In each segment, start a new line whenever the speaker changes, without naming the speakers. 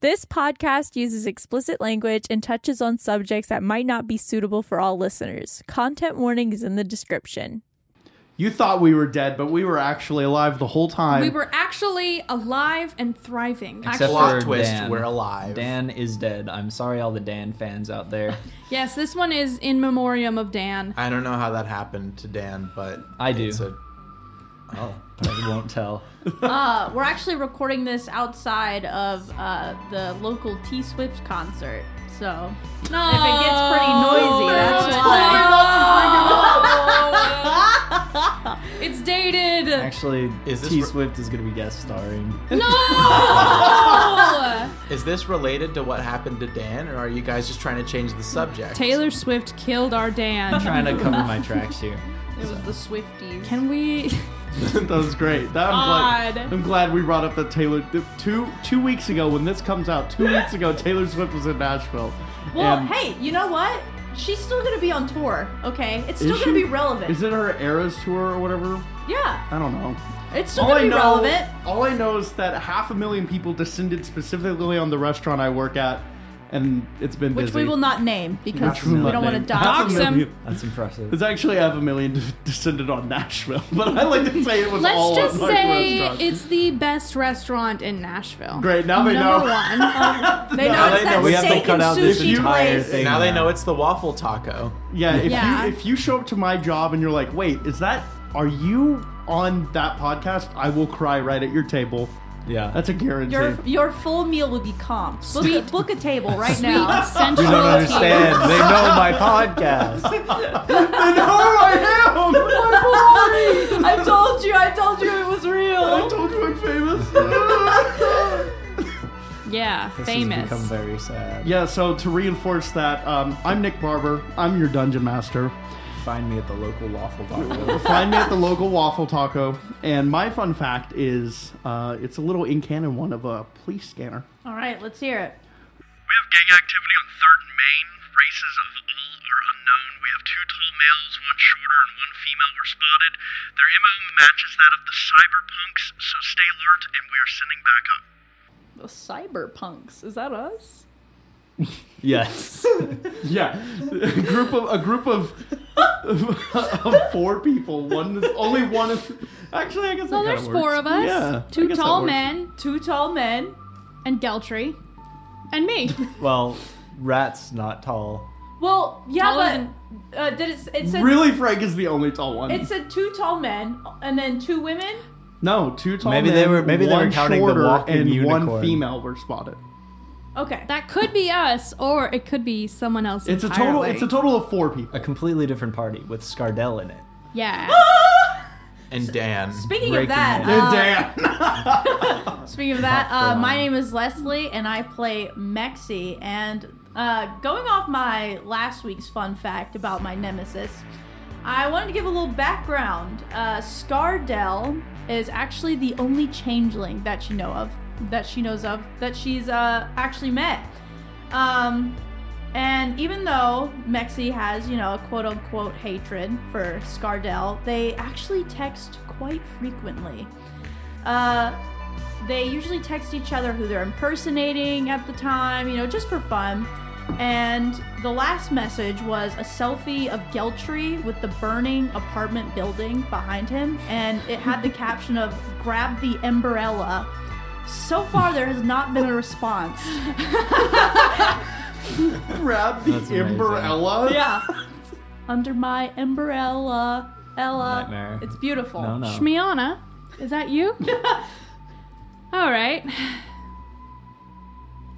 This podcast uses explicit language and touches on subjects that might not be suitable for all listeners. Content warning is in the description.
You thought we were dead, but we were actually alive the whole time.
We were actually alive and thriving.
Except
Actually-
for
Plot twist,
Dan.
we're alive.
Dan is dead. I'm sorry, all the Dan fans out there.
yes, this one is in memoriam of Dan.
I don't know how that happened to Dan, but
I do.
it's a-
Oh, I won't tell.
Uh, we're actually recording this outside of uh, the local T Swift concert. So
No.
if it gets pretty noisy, that's why. it's dated.
Actually,
Is this
T
re-
Swift is gonna be guest starring.
No.
Is this related to what happened to Dan, or are you guys just trying to change the subject?
Taylor Swift killed our Dan.
Trying to cover my tracks here.
It was the Swifties. Can we?
that was great. That, I'm, glad,
God.
I'm glad we brought up that Taylor. th- Two two weeks ago, when this comes out, two weeks ago, Taylor Swift was in Nashville.
Well,
And
hey, you know what? She's still gonna be on tour. Okay, it's still
is
gonna
she-
be relevant.
Is it her Eras tour or whatever?
yeah,
I don't know.
it's still gonna be relevant.
all I know is that half a million people descended specifically on the restaurant I work at, and it's been
Which
busy.
we will not name because
will
we
not
don't want to
name.
dox
Half a
him.
million-
That's impressive.
It's actually half a million de- descended on Nashville, but I like to say it was all
Let's
on
just
my
say
restaurant.
it's the best restaurant in Nashville.
great. Now they
Number
know.
one. Um, they
Now
know
they
it's
know
that
we
have to
steak
cut
and
out this
sushi
entire
place.
thing.
Now they know it's the waffle taco.
Yeah, if
Yeah.
you if you show up to my job and you're like, wait, is that are you on that podcast? I will cry right at your table.
Yeah.
That's a guarantee.
Your, your full meal will be comped. Book, a- book a table right now.
Central
you don't
Tea.
understand. they know my podcast.
I know I am.
I told you, I told you it was real.
I told you I'm famous.
Yeah,
This has
famous.
become very sad.
yeah. So to reinforce that, um, I'm Nick Barber. I'm your dungeon master.
Find me at the local waffle bar.
Find me at the local Waffle Taco. And my fun fact is, uh, it's a little in canon one of a police scanner.
All right, let's hear it.
We have gang activity on 3rd and Main. Races of all are unknown. We have two tall males, one shorter, and one female were spotted. Their MO matches that of the cyberpunks, so stay alert and we are sending back up.
The cyberpunks. Is that us?
yes.
Yeah, a group of a group of, of, four people. One is only one is actually. I guess
So
that
there's
kinda works.
four of us.
Yeah, I
two
guess that
tall
works.
men
Two tall men.
and Geltry. And me.
Well, rat's not tall.
Well, yeah,
Tall isn't-
but uh, did it? It said
Really, Frank is the only tall one.
it said two tall men and then two women.
no, two tall.
Maybe
men,
they were- maybe they were
one
counting the
shorter,
walking
and one
unicorn.
female were spotted.
Okay,
that could be us, or it could be someone else.
It's a total.
entirely.
It's a total of four people.
A completely different party with Scardell in it.
Yeah.
And Dan.
Speaking of
Breaking
that,
news.
Ah.
uh,
Damn.
Speaking of that,
Hot
uh,
for
my
long.
name is Leslie, and I play Mexi. And uh, going off my last week's fun fact about my nemesis, I wanted to give a little background. Uh, Scardell is actually the only changeling that she know of, that she knows of, that she's uh, actually met. Um, and even though Mexi has, you know, a quote unquote hatred for Scardell, they actually text quite frequently. Uh, they usually text each other who they're impersonating at the time, you know, just for fun. And the last message was a selfie of Geltry with the burning apartment building behind him, and it had the caption of "Grab the umbrella." So far, there has not been a response.
Grab the
That's amazing.
Emberella.
Yeah. Under my umbrella, Ella.
Nightmare.
Uh,
Oh,
It's beautiful.
No, no.
Shmiana, is that you? All right.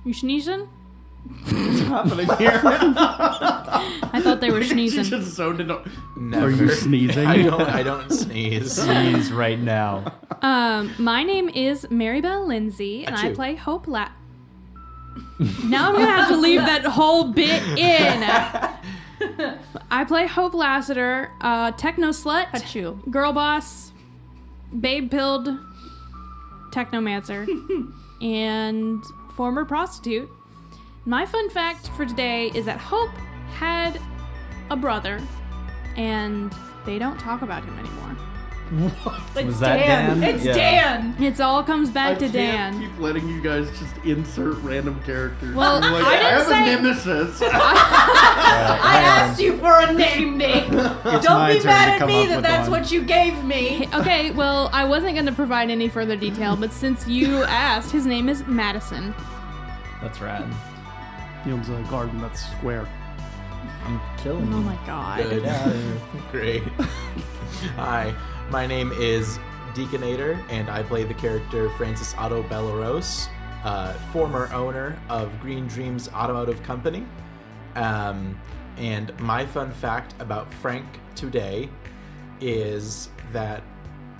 You sneezing?
happening here.
I thought they were
she
sneezing.
just zoned it. out.
Never.
Are you sneezing?
I don't. I don't sneeze.
Please, right now.
Um, my name is Maribel Lindsay, and I
Achoo.
play Hope La. now I'm gonna have to leave that whole bit in. I play Hope Lassiter, uh, techno slut,
you.
girl boss, babe pilled, technomancer, and former prostitute. My fun fact for today is that Hope had a brother, and they don't talk about him anymore.
It's
Was that Dan?
It's
Yeah.
Dan.
It all comes
I
back to
can't
Dan.
keep letting you guys just insert random characters.
Well,
You're like,
I didn't
have
say-
a nemesis.
I asked you for a name, Nick. Don't
my turn
be
to
mad at
come
me
up
that
with
that's
one.
what you gave me.
Okay, well, I wasn't going to provide any further detail, but since you asked, his name is Madison.
That's rad.
He owns a garden that's square.
I'm killing
Oh
you.
my god.
Good. Great. Hi, my name is Deaconator, and I play the character Francis Otto Belarose, uh, former owner of Green Dreams Automotive Company. Um, and my fun fact about Frank today is that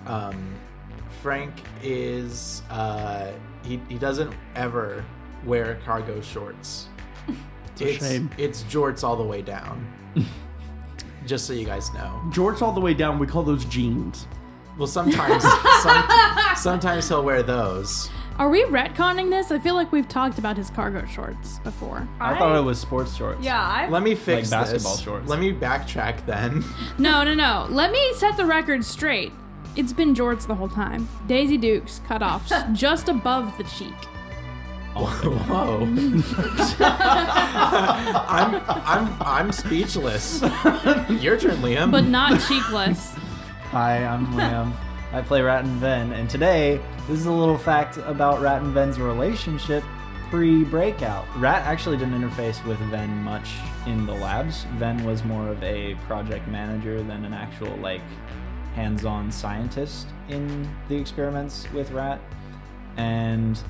um, Frank is uh, he, he doesn't ever wear cargo shorts. It's,
a shame.
It's jorts all the way down. Just so you guys know.
Jorts all the way down. We call those jeans.
Well, sometimes some, sometimes he'll wear those.
Are we retconning this? I feel like we've talked about his cargo shorts before.
I thought it was sports shorts.
Yeah, I.
Let me fix
Like basketball
this.
shorts.
Let me backtrack then.
No, no, no. Let me set the record straight. It's been jorts the whole time. Daisy Dukes cut off s- just above the cheek.
Whoa. I'm I'm I'm speechless. Your turn, Liam.
But not cheekless.
Hi, I'm Liam. I play Rat and Ven, and today this is a little fact about Rat and Ven's relationship pre-breakout. Rat actually didn't interface with Ven much in the labs. Ven was more of a project manager than an actual like hands-on scientist in the experiments with Rat, and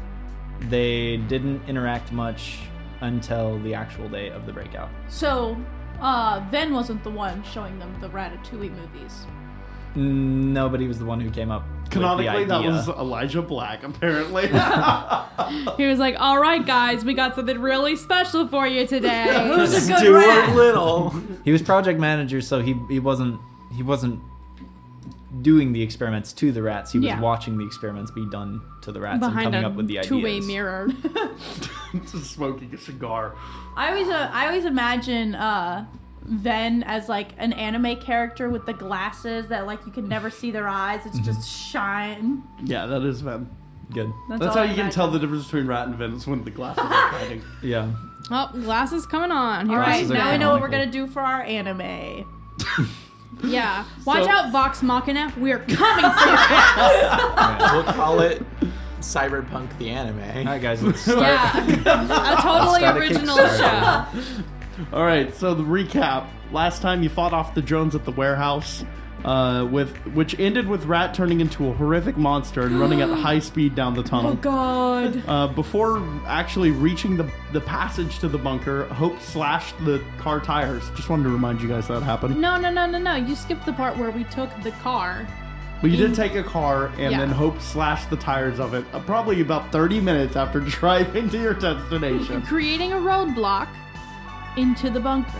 they didn't interact much until the actual day of the breakout.
So, uh, Ven wasn't the one showing them the Ratatouille movies.
Nobody was the one who came up. with the
Canonically, that
idea.
was Elijah Black, apparently.
He was like, all right, guys, we got something really special for you today.
Who's a good
Stuart
rat?
Little.
he was project manager, so he he wasn't he wasn't doing the experiments to the rats. He was
Yeah.
watching the experiments be done to the rats and
Behind
coming up with the
a
ideas.
two way mirror.
Just smoking a cigar.
I always, uh, I always imagine uh, Ven as like an anime character with the glasses that like you can never see their eyes. It's just shine.
Yeah, that is Ven.
Good.
That's,
That's
all
how
I
you can
imagine.
tell the difference between rat and Ven is when the glasses are hiding.
Yeah.
oh, glasses coming on. Here
All right,
Glasses are
now I know what we're
canonical.
gonna do for our anime.
Yeah. Watch
So-
out, Vox Machina. We're coming for you.
We'll call it Cyberpunk the anime.
All right, guys. Let's start.
yeah. A totally
Start a
original show.
Kickstarter.
All right, so the recap. Last time you fought off the drones at the warehouse, uh, with which ended with Rat turning into a horrific monster and running at high speed down the tunnel.
God.
Uh, before actually reaching the the passage to the bunker, Hope slashed the car tires. Just wanted to remind you guys that happened.
No, no, no, no, no. You skipped the part where we took the car.
But you did take a car, and
Mm. Yeah.
then Hope slashed the tires of it. Uh, probably about thirty minutes after driving to your destination.
creating a roadblock into the bunker.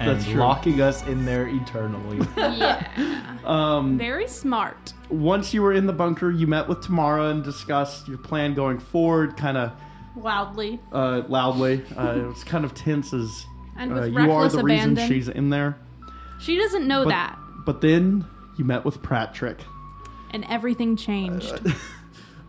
and
That's true.
locking us in there eternally.
Yeah.
Um,
Very smart.
once you were in the bunker, you met with Tamara and discussed your plan going forward. Kind of.
Loudly.
uh, loudly. Uh, it was kind of tense as
And
uh,
with
you are
reckless
the
abandon.
reason she's in there.
She doesn't know
But,
that.
but then you met with Patrick.
And everything changed.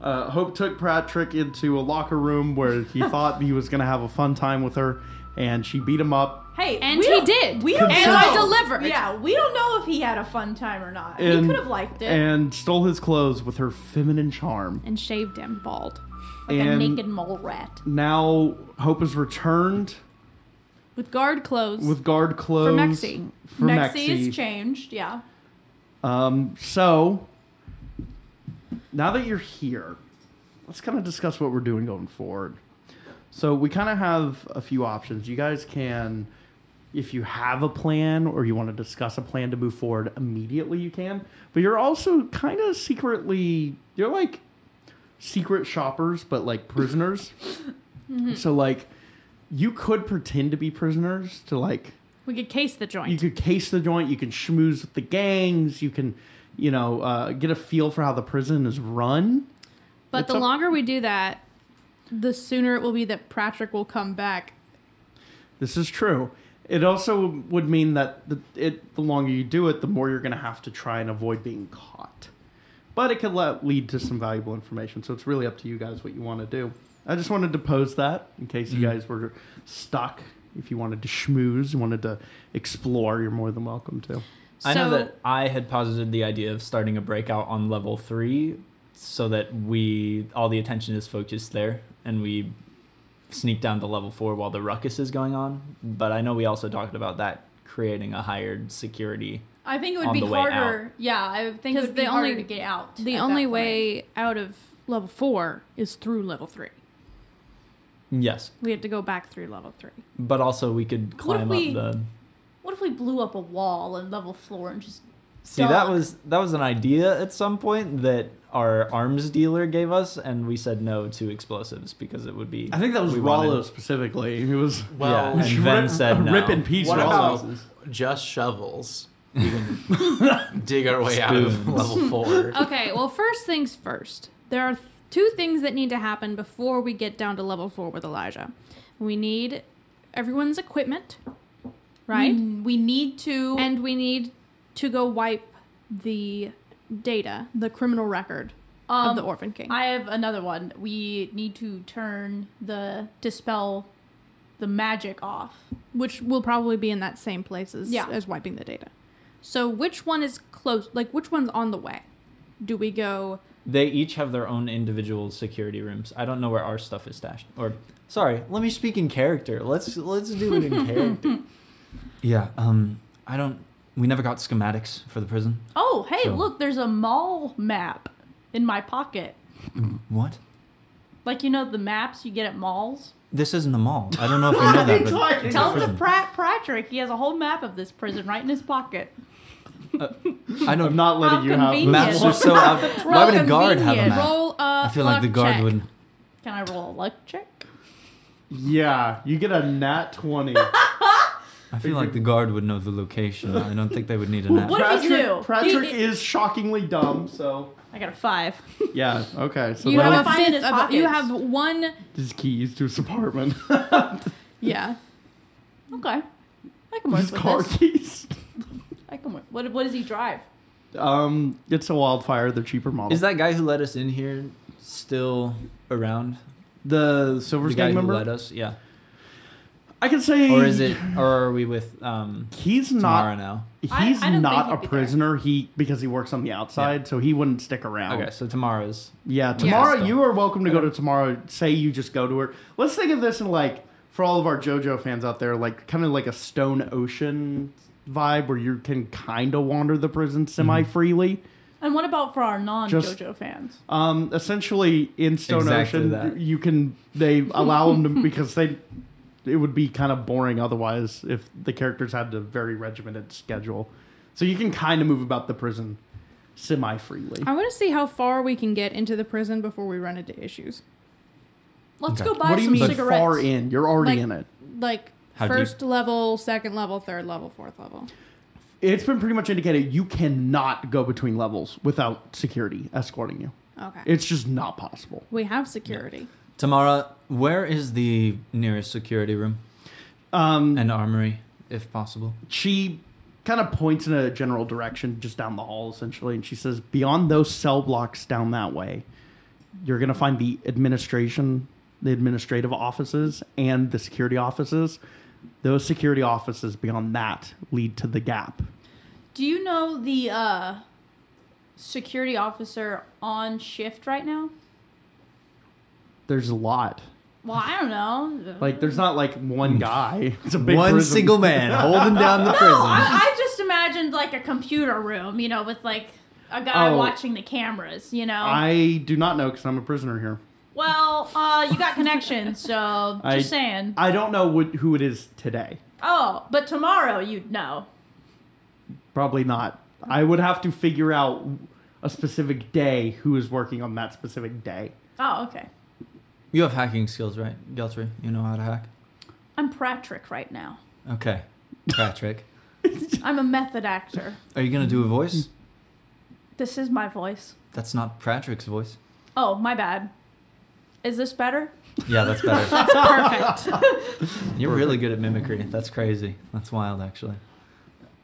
Uh, Hope took Patrick into a locker room where he thought he was going to have a fun time with her, and she beat him up.
Hey,
And
we
he
don't-
did.
We don't
And
know.
I delivered.
Yeah, we don't know if he had a fun time or not.
And-
he could have liked it.
And stole his clothes with her feminine charm.
and shaved him bald.
like a
and-
naked mole rat.
Now Hope is returned
With guard clothes.
with guard clothes
Mexi.
For
Mexi
Mexi.
has changed, yeah.
Um, so now that you're here, let's kind of discuss what we're doing going forward. So we kind of have a few options. You guys can, if you have a plan or you want to discuss a plan to move forward immediately, you can. But you're also kind of secretly, you're like secret shoppers, but like prisoners. So like, you could pretend to be prisoners to like
we could case the
you
joint.
could case the joint. You can schmooze with the gangs. You can, you know, uh, get a feel for how the prison is run.
but
it's
the
a-
longer we do that, the sooner it will be that Patrick will come back.
This is true. It also would mean that the, it, the longer you do it, the more you're going to have to try and avoid being caught. but it could let, lead to some valuable information. So it's really up to you guys what you want to do. I just wanted to pose that in case you guys were stuck. If you wanted to schmooze, you wanted to explore, you're more than welcome to.
I know
So-
that I had posited the idea of starting a breakout on level three, so that we all the attention is focused there, and we sneak down to level four while the ruckus is going on. But I know we also talked about that creating a higher security.
I think it would
On
be
the way
harder. Yeah, I think it
'Cause
would be
the
harder
only-
to get out.
The
at
only
that point.
way out of level four is through level three.
Yes,
We have to go back through level three.
but also we could climb up
we-
the.
What if we blew up a wall and level floor and just
See, that
Dog.
was that was an idea at some point that our arms dealer gave us, and we said no to explosives because it would be.
I think that was
we
Rollo
wanted-
specifically. He was
Well,
Yeah, and then
rip,
said no.
rip in peace
What
Rollo.
about just shovels? We can dig our way out of
Spoons.
level four.
Okay, well, first things first. There are th- two things that need to happen before we get down to level four with Elijah. We need everyone's equipment, right?
Mm, We need to.
And we need to go wipe the data, the criminal record
um,
of the Orphan King.
I have another one. We need to turn the dispel the magic off.
which will probably be in that same place as,
Yeah.
as wiping the data. So which one is close? Like which one's on the way? Do we go?
They each have their own individual security rooms. I don't know where our stuff is stashed. Or sorry, let me speak in character. Let's let's do it in character. Yeah, um I don't we never got schematics for the prison.
Oh, hey,
So-
look, there's a mall map in my pocket.
What?
Like you know the maps you get at malls.
This isn't a mall. I don't know if you know that. But it's a
Tell him to
prison.
Pratt Patrick. He has a whole map of this prison right in his pocket.
I know
I'm not letting
How
you have
convenient.
maps are so out. Why would a guard have a
convenient.
map?
Roll a.
I feel like the
luck
guard
check.
would
Can I roll a luck check?
Yeah, you get a nat 20.
I feel like the guard would know the location. I don't think they would need an app.
What if he's
Patrick,
new?
Patrick
He-
is shockingly dumb, so.
I got a five.
Yeah, okay. So
You
that
have a
was
find
fifth
his
of. You
pockets.
have one.
his keys to his apartment.
Yeah.
Okay. I can work
his
with
car
this.
keys.
I can work. What, what does he drive?
Um, it's a wildfire, the cheaper model.
Is that guy who let us in here still around?
the Silver's
The guy
gang
who
member?
let us, yeah.
I can say.
Or is it? Or are we with um
He's
tomorrow
not.
now?
I-
He's
I don't
not
think he'd
a
be there.
prisoner. He because he works on the outside, so he wouldn't stick around.
Okay, so tomorrow's.
Yeah, tomorrow
still.
you are welcome to go to tomorrow. Say you just go to her. Let's think of this in like for all of our JoJo fans out there, like kind of like a Stone Ocean vibe where you can kind of wander the prison semi freely.
And what about for our non-JoJo
Just-
fans?
Um, essentially in Stone
Exactly
Ocean,
that.
you can they allow them to because they it would be kind of boring otherwise if the characters had a very regimented schedule. So you can kind of move about the prison semi freely.
I want to see how far we can get into the prison before we run into issues.
Let's
Okay.
go buy
What do you
some
mean
cigarettes.
far in? You're already
Like-
in it.
Like
How deep?
first level, second level, third level, fourth level.
It's been pretty much indicated you cannot go between levels without security escorting you.
Okay.
It's just not possible.
we have security.
Tamara, where is the nearest security room
Um,
and armory, if possible?
she kind of points in a general direction, just down the hall, essentially, and she says, "Beyond those cell blocks down that way, you're gonna find the administration, the administrative offices, and the security offices. Those security offices beyond that lead to the gap.
Do you know the uh, security officer on shift right now?
There's a lot.
Well, I don't know.
Like, there's not like one guy. It's a big
Hmm. One
prison.
single man holding down the
no,
prison.
I, I just imagined like a computer room, you know, with like a guy
Oh.
watching the cameras, you know.
I do not know because I'm a prisoner here.
well, uh, you got connections, so just
I-
saying.
I don't know what, who it is today.
oh, but tomorrow you'd know.
Probably not. I would have to figure out a specific day who is working on that specific day.
Oh, okay.
You have hacking skills, right, Geltry? You know how to hack.
I'm Patrick right now.
Okay, Patrick,
I'm a method actor.
are you gonna do a voice?
This is my voice.
That's not Patrick's voice.
Oh, my bad. Is this better?
Yeah, that's better.
Perfect.
You're really good at mimicry. That's crazy. That's wild, actually.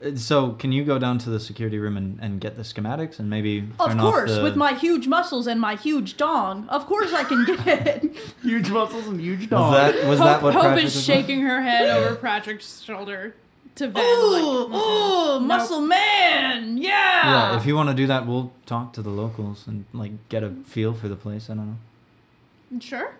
Uh, So can you go down to the security room and, and get the schematics and maybe
Of
turn off
course,
the-
with my huge muscles and my huge dong, of course I can get it.
Huge muscles and huge
was
dog.
that was that
Hope,
what
Hope
Patrick
is
was-
shaking her head over Patrick's shoulder to Ven.
ooh,
like,
ooh, muscle man, yeah.
Yeah, if you want to do that, we'll talk to the locals and like get a feel for the place. I don't know.
sure.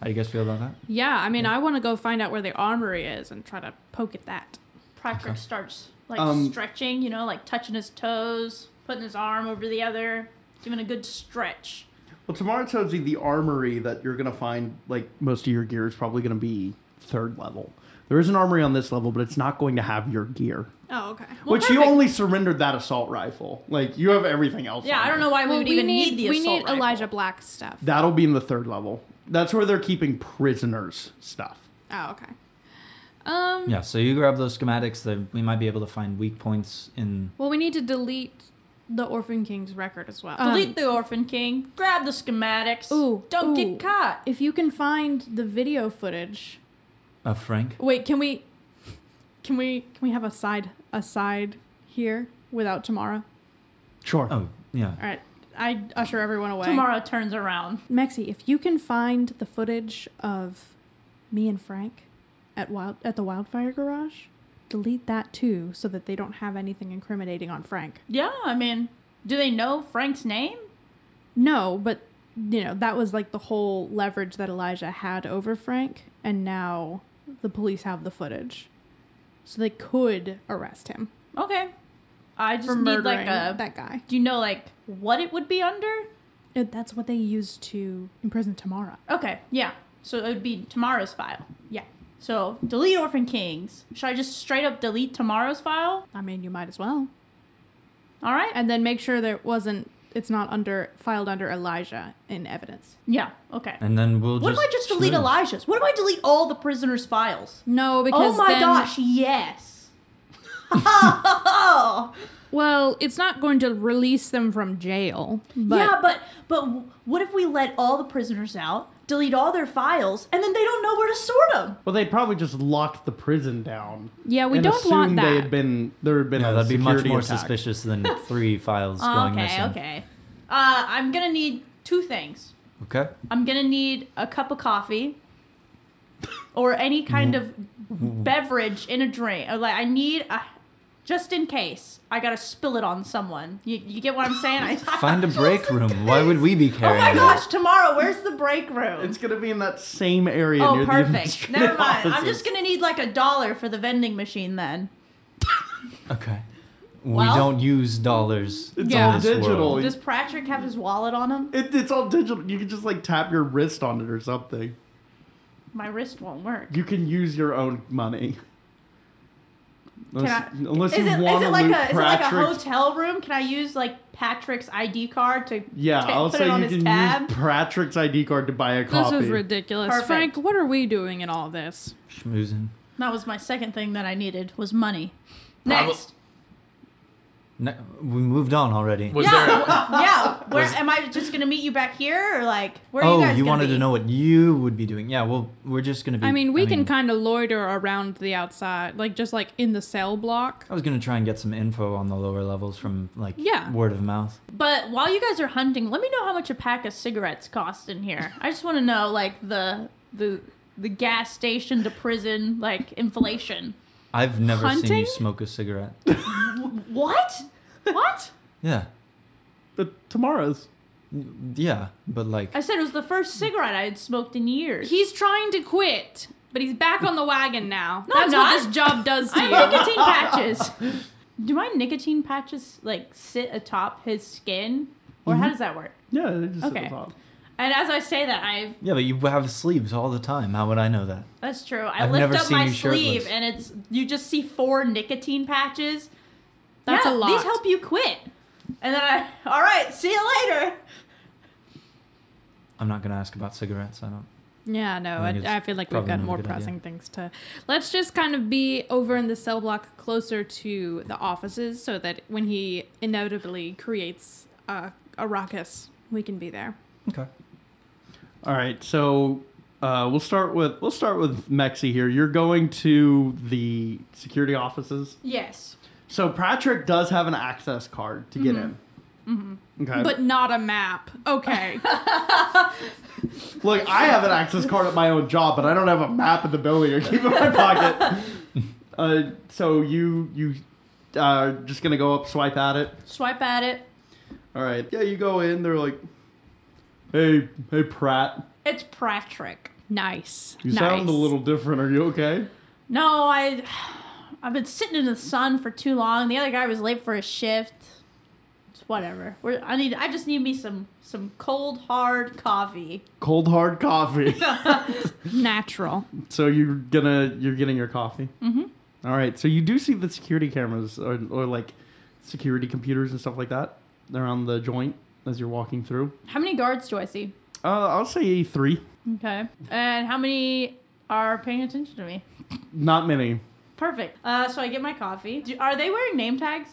How do you guys feel about that?
Yeah, I mean, I want to go find out where the armory is and try to poke at that.
Patrick starts like
Um,
stretching, you know, like touching his toes, putting his arm over the other, giving a good stretch.
Well, tomorrow tells you the armory that you're gonna find. Like most of your gear is probably gonna be third level. There is an armory on this level, but it's not going to have your gear.
Oh, okay.
Which you only surrendered that assault rifle. Like you have everything else.
Yeah,
on
I don't
you.
know why we
Well,
would
we
even
need,
need, the
we
assault
need
rifle.
Elijah Black stuff.
That'll be in the third level. That's where they're keeping prisoners stuff.
oh, okay. Um.
Yeah, so you grab those schematics. That we might be able to find weak points in.
Well, we need to delete the Orphan King's record as well.
Delete
Um,
the Orphan King. Grab the schematics.
Ooh,
don't
ooh.
get caught.
if you can find the video footage.
Uh, Frank.
Wait, can we? Can we? Can we have a side a side here without Tamara?
Sure.
Oh yeah.
All right, I usher everyone away.
Tomorrow turns around.
Mexi, if you can find the footage of me and Frank at wild at the wildfire garage, delete that too, so that they don't have anything incriminating on Frank.
Yeah, I mean, do they know Frank's name?
No, but you know that was like the whole leverage that Elijah had over Frank, and now the police have the footage, so they could arrest him
Okay. I just
for
need
murdering
like a.
that guy.
do you know like what it would be under?
It- that's what they used to imprison Tamara.
Okay, yeah. So it would be tomorrow's file.
Yeah,
So delete Orphan Kings. Should I just straight up delete tomorrow's file?
I mean you might as well.
All right.
and then make sure that it wasn't it's not under filed under Elijah in evidence.
Yeah. Okay.
And then we'll.
What if
just
I just delete
schmooze.
Elijah's? What if I delete all the prisoners' files?
No, because
Oh my
then-
gosh! Yes. oh.
Well, it's not going to release them from jail. But
yeah, but but w- what if we let all the prisoners out, delete all their files, and then they don't know where to sort them?
Well, they'd probably just lock the prison down.
Yeah, we
and
don't
assume
want
They
that.
had been there had been
Yeah,
a
that'd be much
security
more
attack.
suspicious than three files going
Oh, okay,
missing.
okay. Uh, I'm gonna need two things.
Okay.
I'm gonna need a cup of coffee, or any kind of beverage in a drink. Or like I need a, just in case I gotta spill it on someone. You, you get what I'm saying? I,
Find a break room. Why would we be
oh
carrying?
my
that?
gosh! Tomorrow, where's the break room?
It's gonna be in that same area.
oh,
near the
perfect.
administrative
Never mind. I'm
offices.
just gonna need like a dollar for the vending machine then.
Okay.
Well-
we don't use dollars.
It's
Yeah.
all
This world.
digital.
Does Patrick have his wallet on him?
It, it's all digital. You can just like tap your wrist on it or something.
My wrist won't work.
You can use your own money. Unless,
I-
unless
Is
you
it, is
want
it
to
like
loot
a is it like a
Patrick's-
hotel room? Can I use like Patrick's ID card to
Yeah,
ta-
I'll
put
say
it on
you
his
can
tab?
use Patrick's ID card to buy a
this
coffee.
is ridiculous.
Perfect.
Frank, what are we doing in all this?
Schmoozing.
that was my second thing that I needed was money.
Probab-
Next,
No, we moved on already.
Was
yeah,
there?
w- yeah. Where
Was-
am I just gonna meet you back here or like where are
oh,
you guys?
you
gonna
wanted
be?
to know what you would be doing? Yeah. Well, we're just gonna be.
I mean, we can kind of loiter around the outside, like just like in the cell block.
I was gonna try and get some info on the lower levels from like
Yeah.
word of mouth.
But while you guys are hunting, let me know how much a pack of cigarettes cost in here. I just want to know like the the the gas station to prison like inflation.
I've never seen
Hunting?
you smoke a cigarette.
What? What?
yeah,
But tomorrow's.
yeah, but like
I said it was the first cigarette I had smoked in years.
He's trying to quit, but he's back on the wagon now.
No,
That's
I'm not.
what this job does to
I
you.
have nicotine patches. Do my nicotine patches like sit atop his skin, or
Mm-hmm.
how does that work?
Yeah, they just
Okay.
sit on top.
And as I say that, I
yeah, but you have sleeves all the time. How would I know that?
that's true. I
I've
lift
never
up
seen
my
you shirtless.
sleeve, and it's you just see four nicotine patches.
That's
Yeah,
a lot.
These help you quit. And then I, all right, see you later.
I'm not gonna ask about cigarettes. I don't.
Yeah, no,
I think
I,
it's
I feel like we've
probably
got
not a
more
good idea.
pressing things to. Let's just kind of be over in the cell block closer to the offices so that when he inevitably creates a, a ruckus, we can be there.
Okay.
All right, so uh, we'll start with we'll start with Mexi here. You're going to the security offices.
Yes.
So Patrick does have an access card to get in. Okay.
Mm-hmm. But not a map. Okay.
Look, I have an access card at my own job, but I don't have a map of the building or keep it in my pocket. uh, so you you uh, are just gonna go up, swipe at it.
Swipe at it.
All right. Yeah, you go in. They're like, "Hey, hey, Pratt,
It's Patrick.
nice.
you
nice.
sound a little different. Are you okay?"
No, I, I've been sitting in the sun for too long. The other guy was late for his shift. It's whatever. We're, I need. I just need me some some cold hard coffee.
Cold hard coffee.
natural.
so you're gonna you're getting your coffee. Mm-hmm. right. So you do see the security cameras or, or like security computers and stuff like that around the joint as you're walking through.
How many guards do I see?
Uh, I'll say three.
Okay. And how many are paying attention to me?
Not many.
Perfect. Uh, so I get my coffee. Do, are they wearing name tags?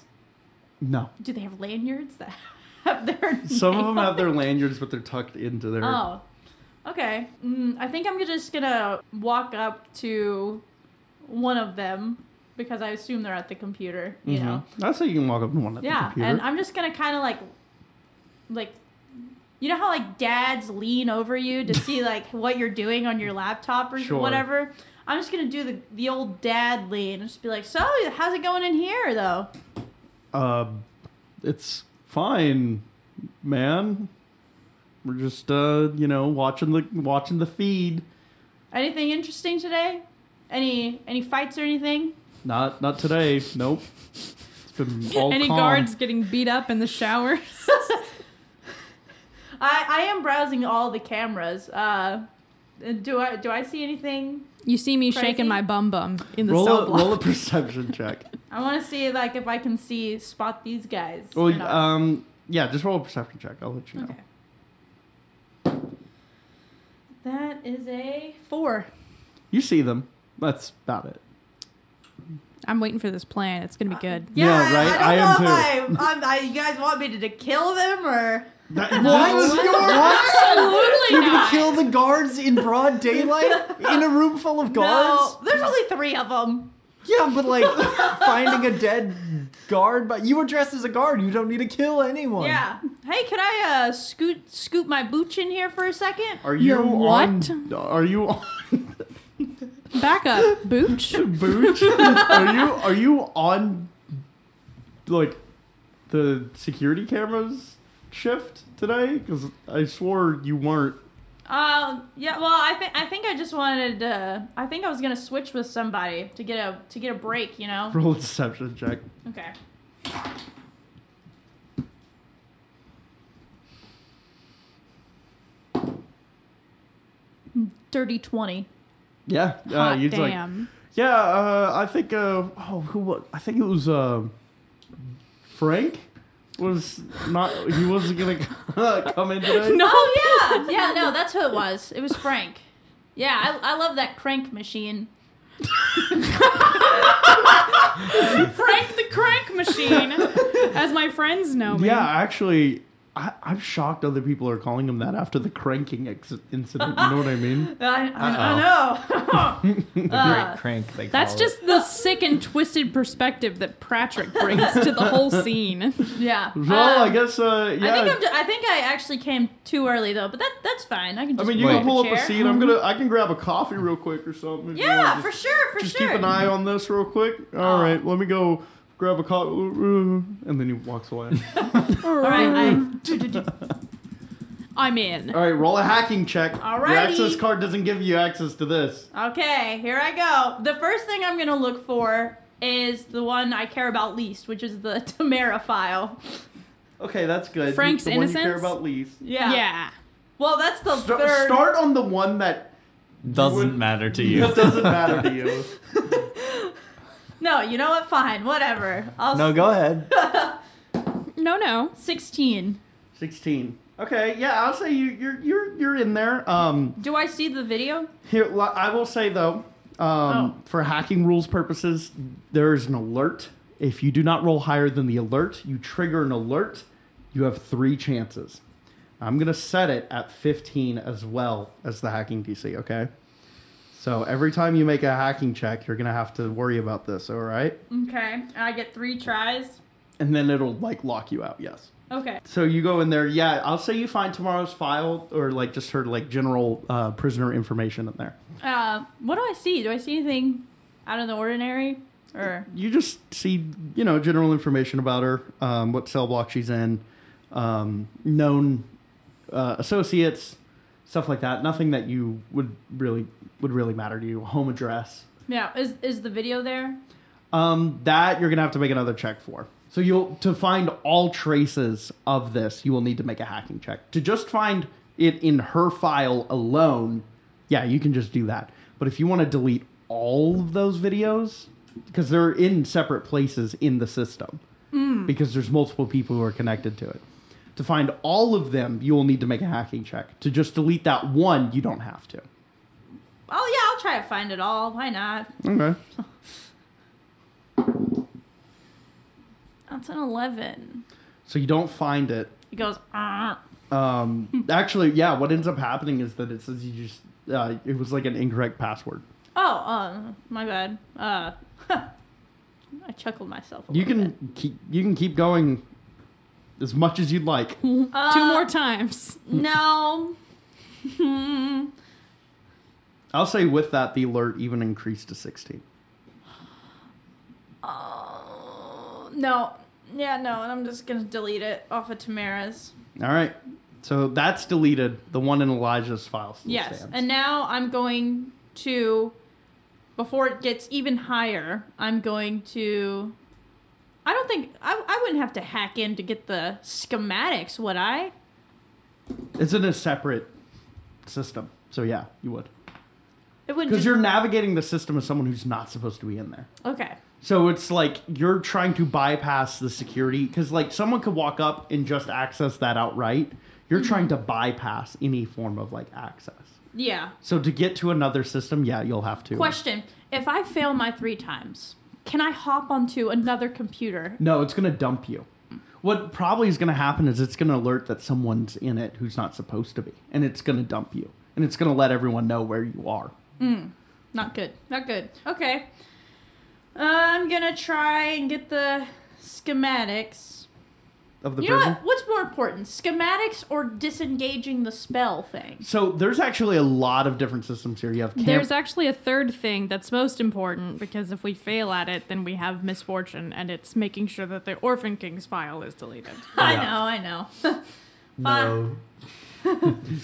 No.
Do they have lanyards that have their?
Some of
name
them
on
have
it?
their lanyards, but they're tucked into their.
Oh, okay. Mm, I think I'm just gonna walk up to one of them because I assume they're at the computer. You know.
That's how you can walk up to one at Mm-hmm. the
Yeah,
computer.
and I'm just gonna kind of like, like, you know how like dads lean over you to see like what you're doing on your laptop or
Sure.
whatever. I'm just gonna do the the old dad lean and just be like, so how's it going in here though?
uh, it's fine, man. We're just uh, you know, watching the watching the feed.
Anything interesting today? Any any fights or anything?
Not not today. Nope. It's been all
Any
calm.
guards getting beat up in the showers?
I I am browsing all the cameras. Uh, do I do I see anything?
you see me
Crazy.
shaking my bum bum in the
Roll
cell
a,
block.
roll a perception check.
I want to see like if I can see spot these guys. or
well,
not.
um, yeah, just roll a perception check. I'll let you know.
Okay. That is a four.
You see them. That's about it.
I'm waiting for this plan. It's gonna be good.
Yeah, right? I am
am too. I, I'm, I, you guys want me to, to kill them or?
That, what? was your-
Absolutely
You're gonna kill the guards in broad daylight in a room full of guards?
No, there's only three of them.
Yeah, but like finding a dead guard, but you were dressed as a guard. You don't need to kill anyone.
Yeah. Hey, can I uh, scoot scoot my booch in here for a second?
Are you
You're
on? Are you on
Back up, Booch.
boot? are you are you on like the security cameras shift today? Because I swore you weren't.
Uh, yeah. Well, I think I think I just wanted. Uh, I think I was gonna switch with somebody to get a to get a break. You know.
Roll a deception check.
Okay. Dirty twenty.
Yeah, uh,
Hot
you'd like-
damn.
Yeah, uh, I think. Uh, oh, who was? I think it was uh, Frank. Was not. He wasn't gonna come in today.
no.
Oh yeah, yeah. No, that's who it was. It was Frank. Yeah, I, I love that crank machine.
Frank the Crank Machine, as my friends know me.
Yeah, actually, I, I'm shocked other people are calling him that after the cranking ex- incident. You know what I mean?
I, I, I know.
Great crank. They
That's
call
just the sick and twisted perspective that Patrick brings to the whole scene.
yeah.
Well, I
Um,
guess. Uh, yeah.
I think I'm. Ju- I think I actually came too early though, but that that's fine. I can
I
just.
mean, you
Wait.
can pull up
Chair? Mm-hmm.
a seat. I'm gonna. I can grab a coffee real quick or something. if you
yeah,
want.
for
Just-
sure, for
Just
sure. Oh.
keep an eye on this real quick. All right, let me go grab a coffee. And then he walks away.
All right,
I'm in.
All right, roll a hacking check.
Alrighty.
Your access card doesn't give you access to this.
I, okay, here I go. The first thing I'm gonna look for is the one I care about least, which is the Tamara file.
Okay, that's good.
Frank's
the one you care
innocence?
about least.
Yeah.
Yeah.
Well, that's the
St-
third.
Start on the one that
doesn't matter to you.
that doesn't matter to you.
No, you know what? Fine, whatever. I'll
No, go ahead.
No, no.
sixteen.
Sixteen. Okay, yeah, I'll say you, you're you're you're in there. Um,
Do I see the video?
Here, li- I will say though, um, for hacking rules purposes, there is an alert. If you do not roll higher than the alert, you trigger an alert. You have three chances. I'm gonna set it at 15 as well as the hacking DC. Okay, So every time you make a hacking check, you're gonna have to worry about this. All right,
Okay. I get three tries.
and then it'll like lock you out. Yes.
Okay.
So you go in there. Yeah, I'll say you find tomorrow's file or like just her like general uh, prisoner information in there.
Uh, what do I see? Do I see anything out of the ordinary? Or
You just see you know general information about her, um, what cell block she's in, um, known uh, associates, stuff like that. Nothing that you would really would really matter to you. Home address.
yeah, is is the video there?
Um, that you're gonna have to make another check for. So you'll to find all traces of this, you will need to make a hacking check. To just find it in her file alone, yeah, you can just do that. But if you want to delete all of those videos, because they're in separate places in the system, because there's multiple people who are connected to it. To find all of them, you will need to make a hacking check. To just delete that one, you don't have to.
Oh yeah, I'll try to find it all. Why not?
Okay.
That's an eleven.
So you don't find it.
He goes. "Ah."
Um, actually, yeah. What ends up happening is that it says you just uh, it was like an incorrect password.
Oh, uh, my bad. Uh, I chuckled myself. A
You
little bit.
can keep you can keep going as much as you'd like.
Two
Uh,
more times.
No. Hmm.
I'll say with that the alert even increased to sixteen.
Oh, no. Yeah, no. And I'm just gonna delete it off of Tamara's.
All right. So that's deleted. The one in Elijah's file still
Yes.
stands.
And now I'm going to, before it gets even higher, I'm going to. I don't think I, I wouldn't have to hack in to get the schematics, would I?
it's in a separate system. So yeah, you would
It would
because
just
you're navigating the system as someone who's not supposed to be in there.
okay.
So it's like you're trying to bypass the security because like someone could walk up and just access that outright. You're
Mm-hmm.
trying to bypass any form of like access.
Yeah.
So to get to another system, yeah, you'll have to.
Question: If I fail my three times, can I hop onto another computer?
No, it's gonna dump you. What probably is gonna happen is it's gonna alert that someone's in it who's not supposed to be, and it's gonna dump you, and it's gonna let everyone know where you are.
Not good. Not good. Okay. I'm gonna try and get the schematics.
Of the
you know
prison.
what? What's more important, schematics or disengaging the spell thing?
So there's actually a lot of different systems here. You have camp
There's actually a third thing that's most important because if we fail at it, then we have misfortune, and it's making sure that the Orphan Kings file is deleted.
I
Yeah.
know, I know.
No.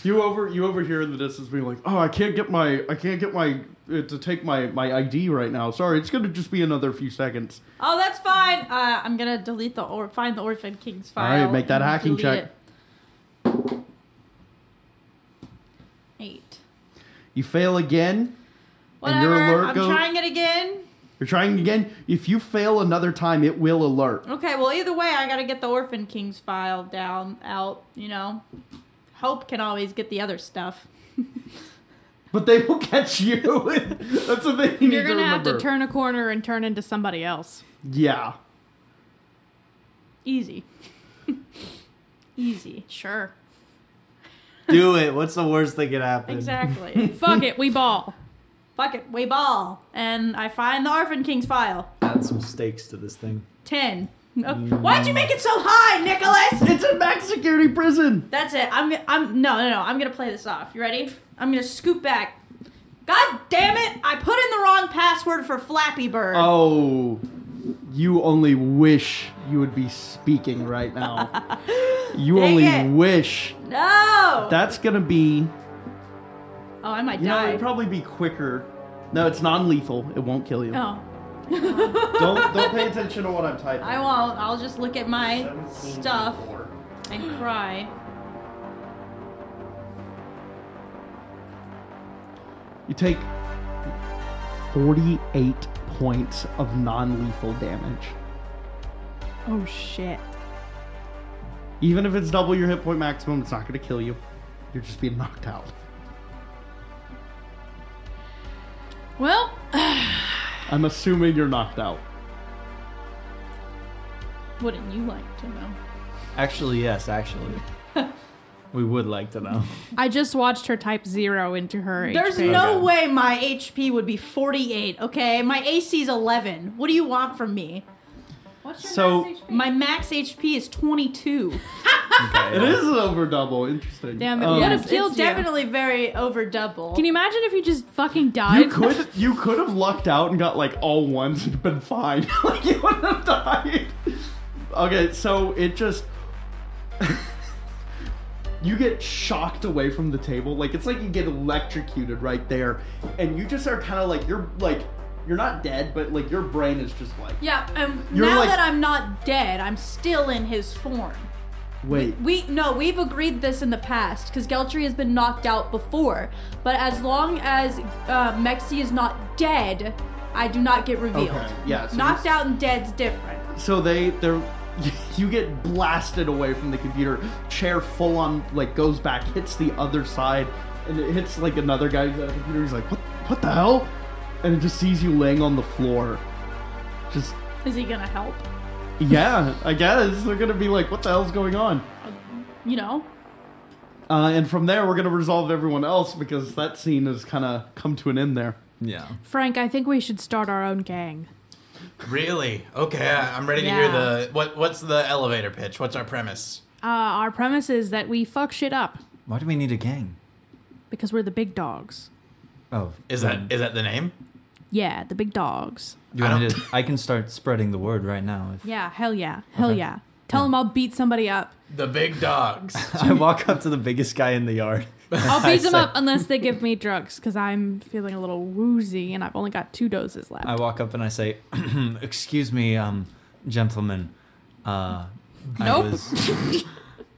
You over you over here in the distance being like, oh, I can't get my I can't get my uh, to take my my ID right now. Sorry, it's gonna just be another few seconds.
Oh, that's fine. Uh, I'm gonna delete the or find the Orphan Kings file.
All right, make that
and
hacking
delete
check.
it. Eight.
You fail again. And your
Whatever.
alert
I'm
goes-
trying it again.
You're trying again. If you fail another time, it will alert.
Okay, well, either way, I gotta get the Orphan Kings file down, out, you know. Hope can always get the other stuff.
But they will catch you. That's the thing you
You're
need
gonna
to
have
remember.
to turn a corner and turn into somebody else.
Yeah.
Easy. Easy. Sure.
Do it. What's the worst that could happen?
Exactly.
Fuck it, we ball.
Fuck it, we ball. And I find the Orphan Kings file.
Add some stakes to this thing.
Ten. No.
Mm.
Why'd you make it so high, Nicholas?
It's a max security prison.
That's it. I'm. I'm. No, no, no. I'm gonna play this off. You ready? I'm gonna scoop back. God damn it! I put in the wrong password for Flappy Bird.
Oh, you only wish you would be speaking right now. You
Dang
only
it.
wish.
No.
That's gonna be
oh, I might
You know,
die.
it'd probably be quicker. No, it's non-lethal. It won't kill you.
oh.
don't don't pay attention to what I'm typing.
I won't. I'll just look at my stuff and cry.
You take 48 points of non-lethal damage.
Oh shit.
Even if it's double your hit point maximum, it's not going to kill you. You're just being knocked out.
Well,
I'm assuming you're knocked out.
Wouldn't you like to know?
Actually, yes, actually. We would like to know.
I just watched her type zero into her.
There's
HP.
no
Okay.
way my HP would be 48, okay? My AC's 11. What do you want from me?
What's
So-
My max HP is 22.
Okay.
It is over double. Interesting.
Damn it.
Um,
What
It's-
if-
it's
killed you.
definitely very over double.
Can you imagine if you just fucking died?
you could you could have lucked out and got like all ones and been fine. like you wouldn't have died. Okay, so it just you get shocked away from the table. Like it's like you get electrocuted right there, and you just are kind of like you're like you're not dead, but like your brain is just like
yeah, um,
You're
now
like-
that I'm not dead, I'm still in his form.
wait.
We no, we've agreed this in the past because Geltry has been knocked out before. But as long as uh, Mexi is not dead, I do not get revealed.
Okay, yeah, so
knocked
this-
out and dead's different.
so they they're you get blasted away from the computer chair full on like goes back hits the other side and it hits like another guy who's at the computer he's like what what the hell and it just sees you laying on the floor just
Is he gonna help?
yeah i guess they're gonna be like what the hell's going on
You know,
uh, and from there we're gonna resolve everyone else because that scene has kind of come to an end there
Yeah.
Frank, I think we should start our own gang.
Really? Okay, I- I'm ready to hear
Yeah.
the what. What's the elevator pitch? What's our premise?
Uh, our premise is that we fuck shit up
Why do we need a gang?
because we're the big dogs.
Oh,
Is that is that the name?
Yeah, the big dogs.
You
I
want me
don't-
to, I can start spreading the word right now. If
Yeah, hell yeah, hell
Okay.
yeah. Tell them I'll beat somebody up.
The big dogs.
I walk up to the biggest guy in the yard.
I'll beat them
say-
up unless they give me drugs because I'm feeling a little woozy and I've only got two doses left.
I walk up and I say, "Excuse me, um, gentlemen. Uh,
Nope.
I was,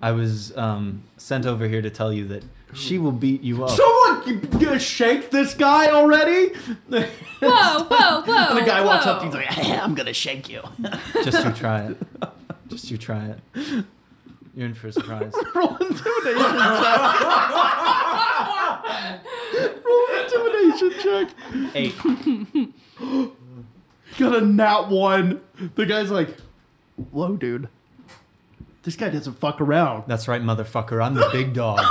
I was um, sent over here to tell you that she will beat you up.
someone you gonna shake this guy already and
whoa, whoa, whoa!
the guy walks up
whoa.
and he's like i'm gonna shake you
Just you try it. Just you try it. You're in for a surprise.
Roll intimidation check. Roll intimidation check.
Eight.
Got a nat one. The guy's like, "Whoa, dude, this guy doesn't fuck around."
That's right, motherfucker. I'm the big dog.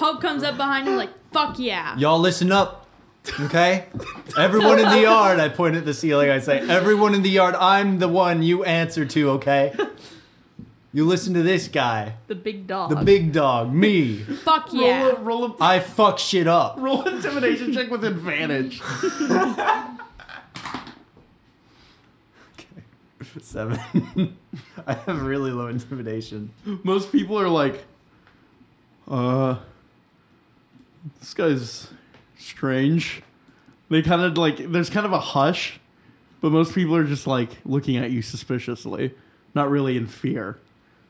Hope comes up behind him like, fuck yeah.
Y'all listen up. Okay? Everyone in the yard, I point at the ceiling, I say, Everyone in the yard, I'm the one you answer to, okay? You listen to this guy,
the big dog.
the big dog, me.
Fuck
Roll
yeah.
a roll a
I fuck shit up.
roll intimidation check with advantage.
Seven. I have really low intimidation.
Most people are like, "Uh, this guy's strange." They kind of like there's kind of a hush, but most people are just like looking at you suspiciously, not really in fear.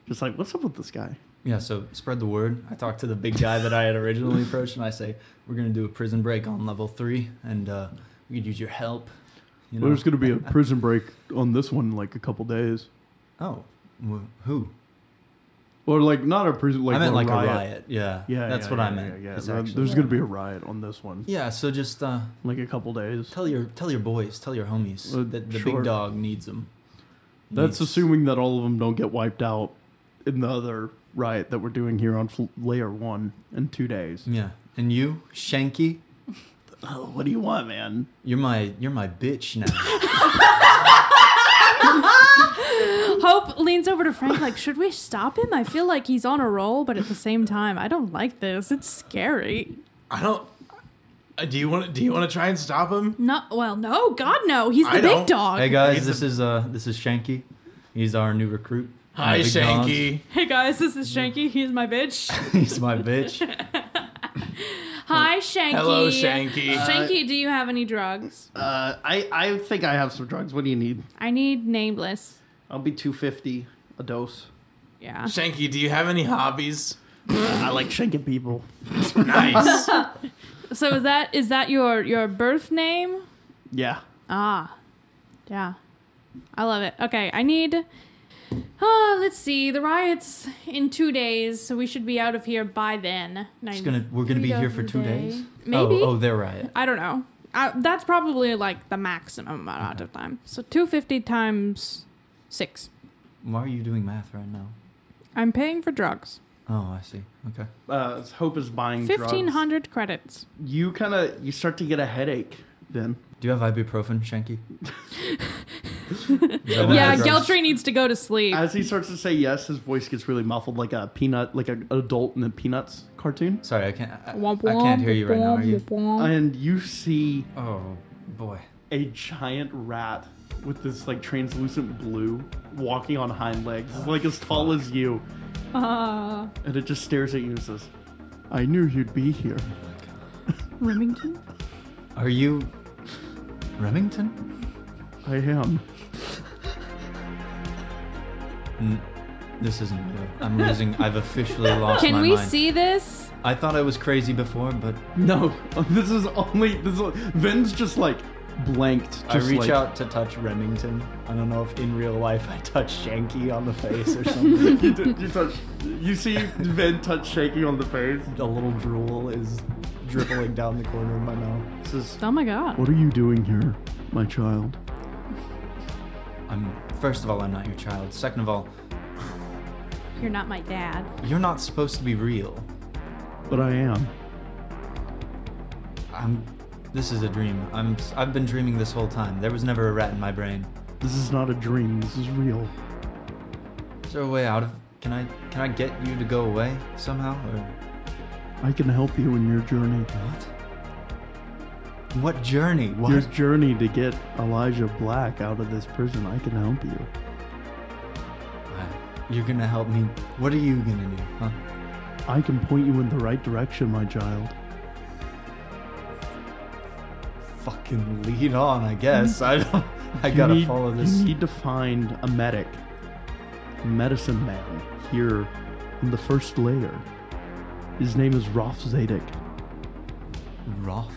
Just like, what's up with this guy?
Yeah, so spread the word. I talked to the big guy that I had originally approached, and I say, We're going to do a prison break on level three, and uh, we could use your help. You know?
There's going to be a prison break on this one in like a couple days.
Oh, wh- who?
Or like not a prison, like,
I meant
a,
like
riot.
a riot. Yeah,
Yeah,
that's
yeah,
what
yeah,
I meant.
Yeah, yeah.
is
There-
actually-
There's going to be a riot on this one,
yeah. So just uh,
like a couple days.
tell your tell your boys, tell your homies
Uh,
that the
sure.
big dog needs them.
That's assuming that all of them don't get wiped out in the other riot that we're doing here on fl- layer one in two days.
Yeah, and you, Shanky,
Oh, what do you want, man?
you're my you're my bitch now.
Hope leans over to Frank like, should we stop him? I feel like he's on a roll, but at the same time, I don't like this. It's scary.
I don't. Uh, do you want? Do you want to try and stop him?
No, well, no, God, no. He's the
I
big
don't.
dog.
hey guys,
It's
this is uh this is Shanky. He's our new recruit.
Hi,
My big dog.
Shanky.
Hey, guys, this is Shanky. He's my bitch.
He's my bitch.
Hi, Shanky.
Hello, Shanky.
Shanky, do you have any drugs?
Uh, I I think I have some drugs. What do you need?
I need nameless.
I'll be two fifty a dose.
Yeah.
Uh, Shanky, do you have any hobbies?
I like shanking people.
Nice.
So is that is that your your birth name?
Yeah.
Ah, yeah. I love it. Okay, I need. Uh, let's see. The riots in two days, so we should be out of here by then.
It's gonna we're gonna be here for two days.
Maybe.
Oh, oh, they're riot.
I don't know. I, that's probably like the maximum amount of time. So two fifty times six.
Why are you doing math right now?
I'm paying for drugs.
Oh, I see. Okay.
Uh, Hope is buying
Fifteen
drugs.
hundred credits.
You kind of you start to get a headache. Then
Do you have ibuprofen, Shanky?
Yeah,
drugs.
Geltry needs to go to sleep.
as he starts to say yes, his voice gets really muffled, like a peanut, like an adult in the Peanuts cartoon.
Sorry, I can't. I,
Womp
I can't
womp,
hear you right now. Are you?
womp womp.
And you see
Oh boy.
a giant rat with this like translucent blue walking on hind legs,
Oh,
It's, like as tall as you,
Uh,
and it just stares at you and says, "I knew you'd be here."
Remington.
Are you Remington?
I am.
This isn't real. I'm losing. I've officially lost
Can
my
we
mind.
see this?
I thought I was crazy before, but
No, this is only this. Is, Vin's just like blanked. Just
I reach
like,
out to touch Remington. I don't know if in real life I touch Shanky on the face or something.
you, t- you touch. You see Vin touch shaking on the face.
a little drool is dribbling down the corner of my mouth.
Says,
Oh my god.
"What are you doing here, my child?"
I'm first of all, I'm not your child. Second of all,
You're not my dad.
you're not supposed to be real.
But I am.
I'm. This is a dream. I'm. I've been dreaming this whole time. There was never a rat in my brain.
This is not a dream. This is real.
Is there a way out of? Can I? Can I get you to go away somehow? Or
I can help you in your journey.
what? What journey? What?
Your journey to get Elijah Black out of this prison. I can help you.
You're gonna help me. What are you gonna do? Huh?
I can point you in the right direction, my child.
Fucking lead on, I guess. I don't. I
Mm-hmm.
gotta
you need,
follow
You
this.
need to find a medic, medicine man here in the first layer. His name is Rolf Zadek.
Roth.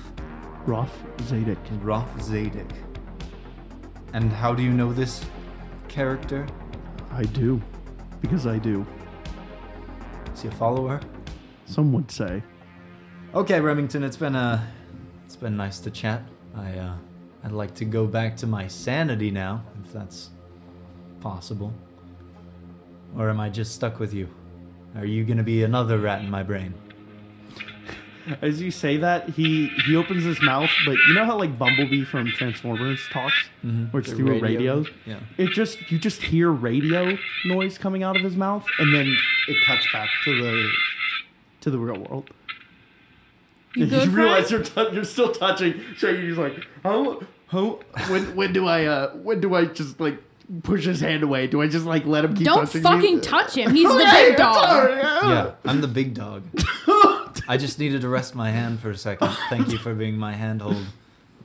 Rolf Zadek.
Roth Zadek. And how do you know this character?
I do, because I do.
Is he a follower?
Some would say.
Okay, Remington, it's been uh it's been nice to chat. I uh I'd like to go back to my sanity now, if that's possible. Or am I just stuck with you? Are you gonna be another rat in my brain?
As you say that, he he opens his mouth, but you know how like Bumblebee from Transformers talks, where it's through a
radio.
Mm-hmm. radio.
Yeah.
It just you just hear radio noise coming out of his mouth, and then it cuts back to the to the real world.
You good,
realize
Frank?
you're tou- you're still touching. So you're just like, how how when when do I uh when do I just like push his hand away? Do I just like let him keep
Don't
touching
fucking
me?
touch him. He's the
Hey,
big dog.
sorry, ah.
Yeah, I'm the big dog. I just needed to rest my hand for a second. Thank you for being my handhold.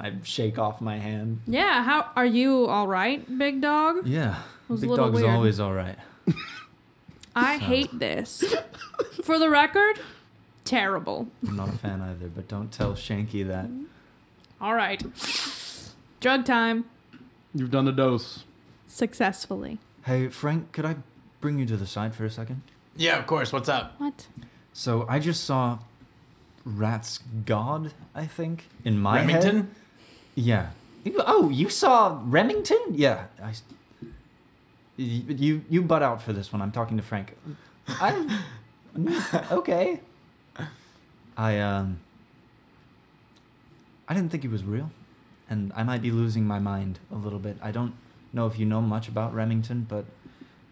I shake off my hand.
Yeah, how are you all right, big dog?
Yeah.
was a
Big
little
dog's
weird.
always alright.
I hate this. For the record, terrible.
I'm not a fan either, but don't tell Shanky that.
All right. Drug time
You've done a dose.
successfully.
Hey, Frank, could I bring you to the side for a second?
Yeah, of course. What's up?
What?
So I just saw Rat's God, I think, in my
Remington?
head. Yeah. You- Oh, you saw Remington? Yeah. I s you, you you butt out for this one. I'm talking to Frank. I okay. I um I didn't think he was real, and I might be losing my mind a little bit. I don't know if you know much about Remington, but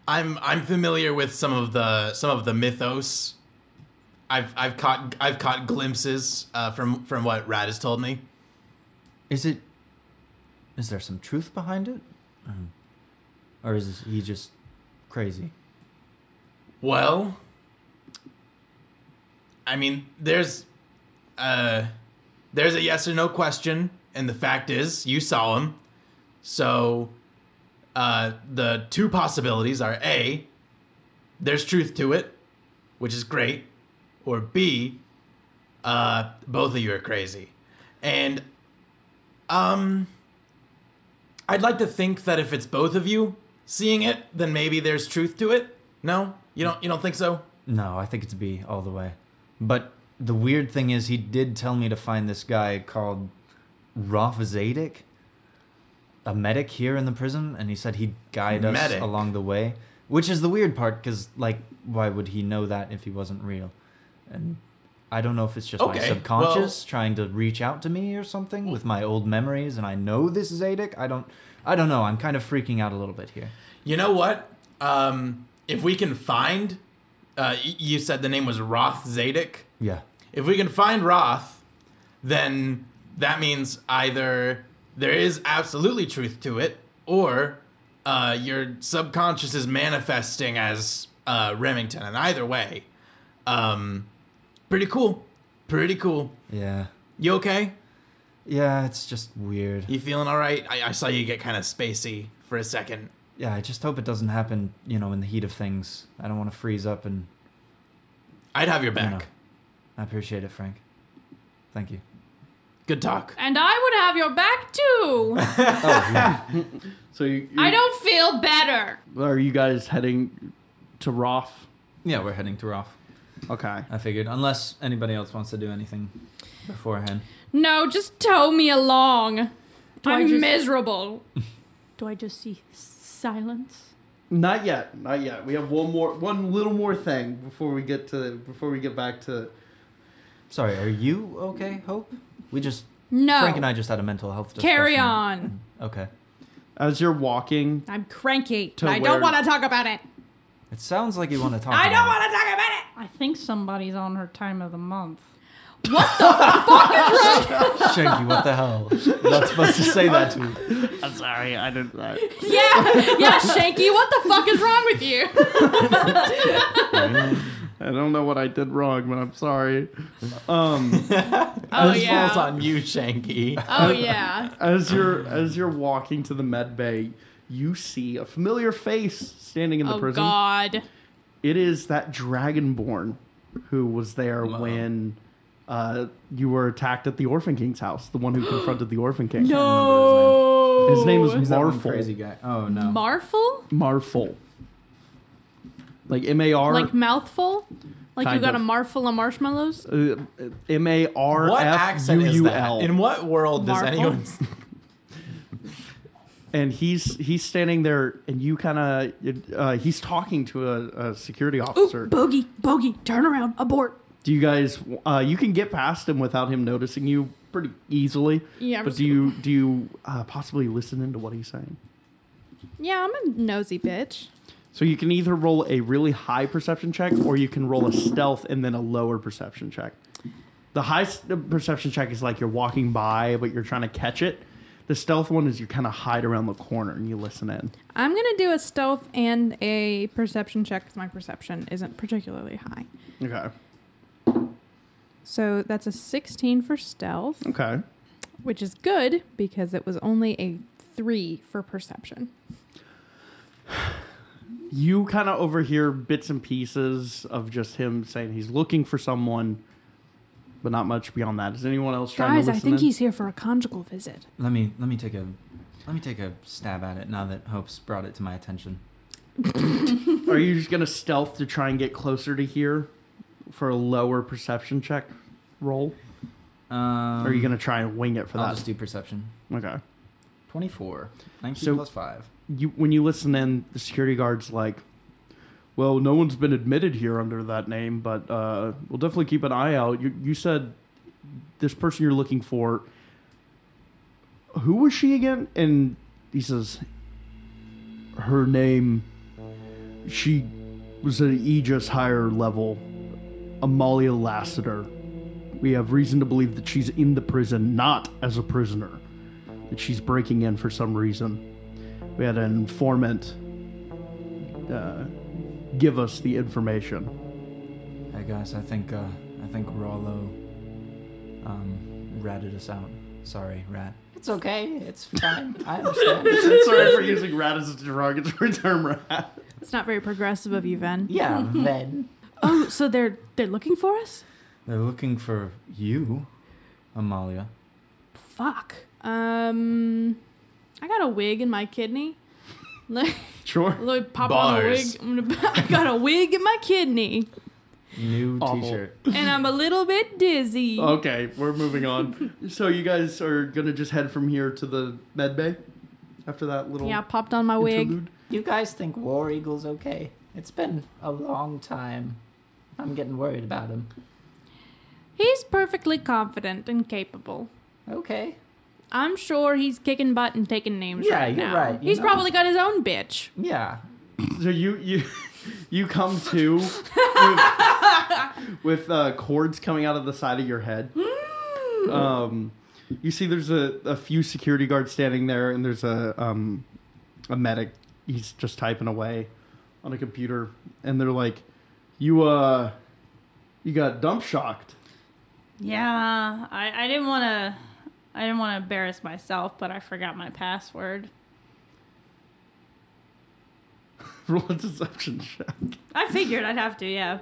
I'm I'm familiar with some of the some of the mythos. I've I've caught I've caught glimpses uh, from from what Rad has told me.
Is it? Is there some truth behind it, Mm. or is he just crazy?
Well, I mean, there's uh there's a yes or no question, and the fact is, you saw him. So, uh, the two possibilities are a there's truth to it, which is great, or b uh, both of you are crazy, and um. I'd like to think that if it's both of you seeing it, then maybe there's truth to it. No, you don't. You don't think so?
No, I think it's B all the way. But the weird thing is, he did tell me to find this guy called Rolf Zadek, a medic here in the prison, and he said he'd guide us
Medic.
along the way. which is the weird part because like why would he know that if he wasn't real and i don't know if it's just my
Okay,
subconscious trying to reach out to me or something with my old memories and i know this is adic i don't i don't know i'm kind of freaking out a little bit here
You know what? Um, if we can find, uh, y- you said the name was Roth Zadok.
yeah
If we can find Roth, then that means either there is absolutely truth to it, or uh, your subconscious is manifesting as uh, Remington. And either way, um, pretty cool. Pretty cool.
yeah
You okay?
yeah it's just weird
You feeling all right? I, I saw you get kind of spacey for a second.
yeah i just hope it doesn't happen you know in the heat of things i don't want to freeze up and
I'd have your back.
know. i appreciate it frank thank you
Good talk.
And I would have your back too.
So you, you
I don't feel better.
Are you guys heading to Roth?
yeah we're heading to roth
Okay.
I figured, unless anybody else wants to do anything beforehand.
No, just tow me along.
I
I'm
just-
miserable.
Do I just see silence?
Not yet. Not yet. We have one more, one little more thing before we get to before we get back to.
Sorry, are you okay, Hope? We just
No.
Frank and I just had a mental health discussion.
Oh. Carry on.
Okay.
As you're walking,
I'm cranky.
To
and I
where-
don't want to talk about it.
It sounds like you want to talk.
I don't
about
want to talk about it.
I think somebody's on her time of the month.
it. Shanky, what the hell? You're not supposed to say that to me.
I'm sorry, I didn't. I,
Yeah, yeah, Shanky, what the fuck is wrong with you?
I don't know what I did wrong, but I'm sorry. Um,
Oh
this falls
yeah.
on you, Shanky.
Oh yeah.
as you're as you're walking to the med bay, you see a familiar face standing in the
Oh
prison.
god.
It is that dragonborn who was there when uh, you were attacked at the Orphan King's house, the one who confronted the Orphan King.
No.
His name was
Who's that one
Marful.
crazy guy? Oh no.
Marful?
Marful. Like M A R
Like mouthful? Like you
Kind
got
of.
a mouthful of marshmallows?
uh, M A R
What
F
accent
U
is
U
that? In
L.
what world does
Marvel?
anyone?
And he's he's standing there, and you kind of uh, he's talking to a, a security officer.
bogey, bogey, turn around, abort.
do you guys? Uh, you can get past him without him noticing you pretty easily.
Yeah, I'm
But
just
do you do you uh, possibly listen into what he's saying?
Yeah, I'm a nosy bitch.
So you can either roll a really high perception check, or you can roll a stealth and then a lower perception check. The high s- the perception check is like you're walking by, but you're trying to catch it. The stealth one is you kind of hide around the corner and you listen in.
I'm gonna do a stealth and a perception check because my perception isn't particularly high.
Okay.
So that's a 16 for stealth,
Okay.
which is good because it was only a three for perception.
You kind of overhear bits and pieces of just him saying he's looking for someone, but not much beyond that. Is anyone else trying
Guys,
to listen
I think
in?
he's here for a conjugal visit.
Let me let me take a let me take a stab at it now that Hope's brought it to my attention.
Are you just gonna stealth to try and get closer to here for a lower perception check roll?
Um,
Or are you gonna try and wing it for
I'll
that?
just do perception.
Okay.
Twenty-four. Nineteen
So-
plus five.
you when you listen in, the security guard's like, "Well, no one's been admitted here under that name, but uh, we'll definitely keep an eye out." You you said this person you're looking for. Who was she again? And he says, "Her name. She was at Aegis higher level, Amalia Lassiter. We have reason to believe that she's in the prison, not as a prisoner." That she's breaking in for some reason. We had an informant uh, give us the information.
Hey guys, I think uh, I think Rollo um, ratted us out. Sorry, rat. It's okay. It's fine. I understand.
Sorry for using rat as a derogatory term, rat.
It's not very progressive of you, Ven.
yeah, then
Oh, so they're they're looking for us?
they're looking for you, Amalia.
Fuck. Um, I got a wig in my kidney. Look,
Sure.
look, pop on a wig.
Bars.
I'm gonna, I got a wig in my kidney,
New
Awful.
T-shirt.
and I'm a little bit dizzy.
Okay, we're moving on. so you guys are gonna just head from here to the med bay after that little
Yeah, I popped on my wig.
interlude?
You guys think War Eagle's okay? It's been a long time. I'm getting worried about him.
He's perfectly confident and capable.
Okay.
I'm sure he's kicking butt and taking names
Yeah,
right
you're
now.
right, you
he's
know.
probably got his own bitch.
Yeah.
So you you you come to with, with uh, cords coming out of the side of your head. Um, you see, there's a, a few security guards standing there, and there's a um, a medic. He's just typing away on a computer, and they're like, "You uh, you got dump shocked."
Yeah, I, I didn't want to. I didn't want to embarrass myself, but I forgot my password.
Roll a deception check.
I figured I'd have to. Yeah.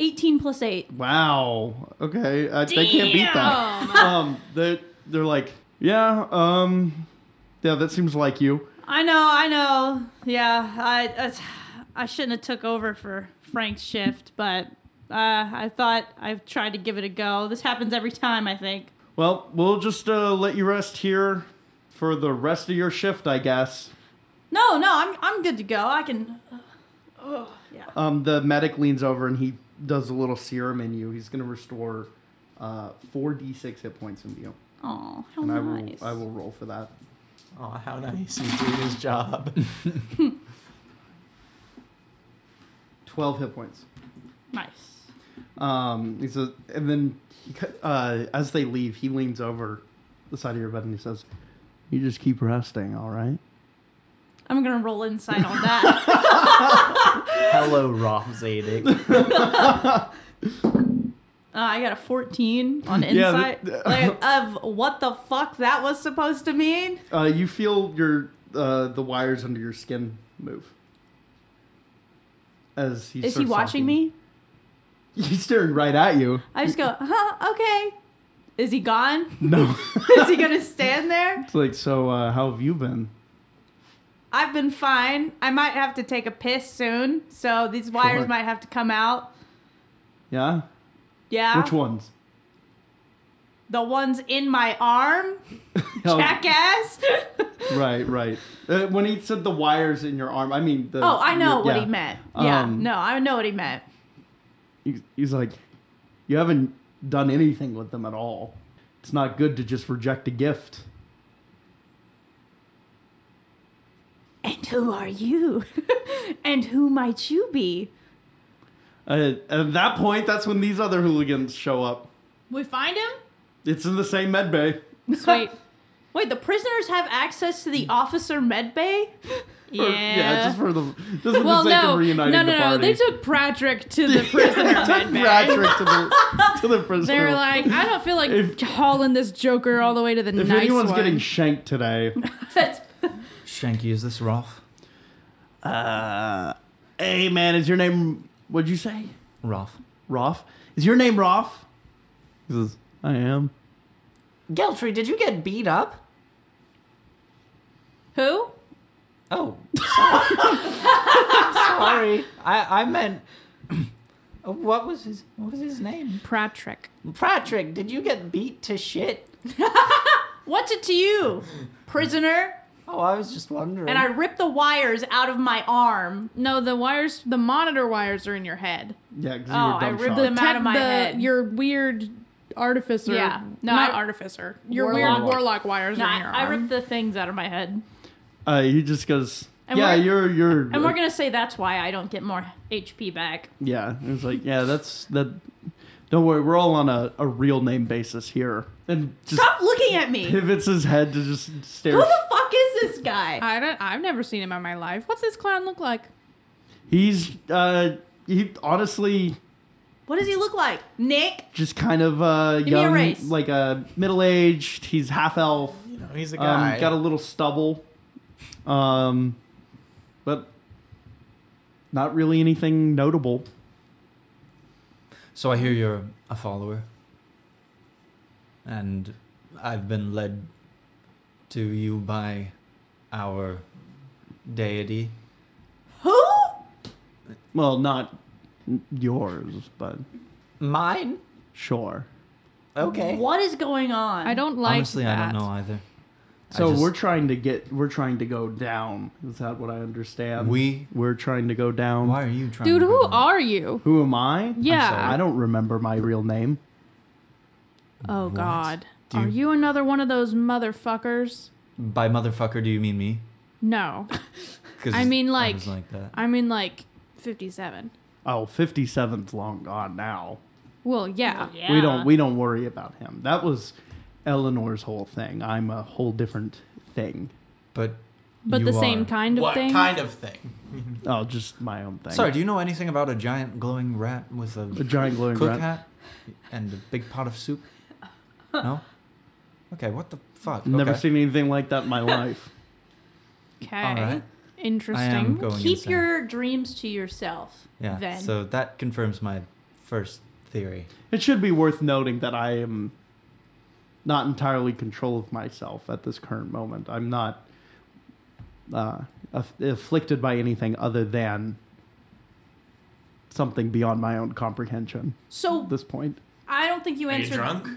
Eighteen plus eight.
Wow. Okay, I, they can't beat that.
Oh,
Um, they they're like, yeah, um, yeah, that seems like you.
I know. I know. Yeah. I. that's- I shouldn't have took over for Frank's shift, but uh, I thought I've tried to give it a go. This happens every time. I think.
Well, we'll just uh, let you rest here for the rest of your shift, I guess.
No, no. I'm. I'm good to go. I can. Ugh, yeah.
Um, the medic leans over and he does a little serum in you. He's gonna restore uh, four d six hit points in you,
Oh, how
and
nice.
I will I will roll for that.
Oh, how nice. He's doing his job.
Twelve hit points.
Nice.
Um, he says, and then he, cu- uh, as they leave, he leans over the side of your bed and he says, "You just keep resting, all right."
I'm gonna roll inside on that.
Hello, Roth Zadig.
uh, I got a 14 on
Yeah,
insight.
the-
like, of what the fuck that was supposed to mean?
Uh, you feel your uh, the wires under your skin move. As he
Is he
starts
watching
talking.
me?
He's staring right at you.
I just go, huh? Okay. Is he gone?
No.
Is he gonna stand there?
it's like, so uh, how have you been?
I've been fine. I might have to take a piss soon, so these wires
Sure.
might have to come out.
Yeah?
Yeah.
Which ones?
The ones in my arm, jackass.
Oh, right, right. Uh, when he said the wires in your arm, I mean the.
oh, I know
your-
what
yeah.
he meant. Yeah,
Um,
no, I know what he meant.
He- He's like, you haven't done anything with them at all. It's not good to just reject a gift.
And who are you? and who might you be?
Uh, at that point, that's when these other hooligans show up.
we find him.
It's in the same med bay.
Sweet.
Wait, the prisoners have access to the officer med bay?
For-
Yeah.
just for the just for
Eh. well,
the sake
no,
of
no,
reuniting
no,
the
no.
party.
They took Patrick to the prisoner. med bay.
Patrick to the to the prisoner.
They were like, I don't feel like
If-
hauling this Joker all the way to the
if
nice
anyone's
one.
getting shanked today,
That's
Shanky, is this Roth?
uh, hey man, is your name? What'd you say?
Roth.
Roth? Is your name Roth? He says, I am.
Geltry, did you get beat up?
who?
Oh, sorry. sorry. I, I meant. What was his What was his name?
Patrick.
Patrick, did you get beat to shit?
What's it to you, prisoner?
Oh, I was just wondering.
And I ripped the wires out of my arm.
No, the wires, the monitor wires are in your head.
Yeah, because
Oh,
you were
I
dumb
ripped
shocked.
them out of my
the,
head.
Your weird artificer.
Yeah. No,
not
I-
artificer. Your
Warlock.
weird warlock wires
No,
are in your
I, I
arm.
ripped the things out of my head.
Uh, he just goes,
And
yeah,
we're-
you're you're.
And we're gonna say that's why I don't get more HP back.
yeah, it was like yeah, that's that. Don't worry, we're all on a, a real name basis here, and just
Stop looking at me! Who
pivots his head to just stare.
the fuck is this guy?
I don't. I've never seen him in my life. What's this clown look like?
He's uh, he honestly
What does he look like? Nick?
just kind of uh,
me a
young,
race.
like uh, middle aged. He's half elf.
You know, he's a guy.
Um, got a little stubble, um, but not really anything notable.
So I hear you're a follower. And I've been led to you by our deity.
Who?
Well, not n- yours, but
Mine?
sure.
Okay.
What is going on?
I don't like.
Honestly, I
that.
don't know either.
So
just-
we're trying to get, we're trying to go down. Is that what I understand?
We?
we're trying to go down.
Why are you trying
Dude,
to
who
go down?
are you?
Who am I? I
Yeah.
don't remember my real name.
Oh, God.
Do you-
Are you another one of those motherfuckers?
By motherfucker, do you mean me?
No.
'Cause
I mean, like-
was like that.
I mean, like, 57.
Oh, 57's long gone now.
Well, yeah.
We don't we don't worry about him. That was Eleanor's whole thing. I'm a whole different thing.
But
But
you
the
are-
same kind of
what
thing?
kind of thing?
Oh, just my own thing.
Sorry, do you know anything about a giant glowing rat with a,
a giant glowing
cook
rat.
hat and a big pot of soup? No. Okay, what the fuck?
Never
okay.
seen anything like that in my life.
Okay.
All right. I
Interesting.
am going
Keep
insane.
your dreams to yourself.
yeah.
Then.
So that confirms my first theory.
It should be worth noting that I am not entirely in control of myself at this current moment. I'm not uh, aff- afflicted by anything other than something beyond my own comprehension
so
at this point.
I don't think you
Are you
answered.
drunk?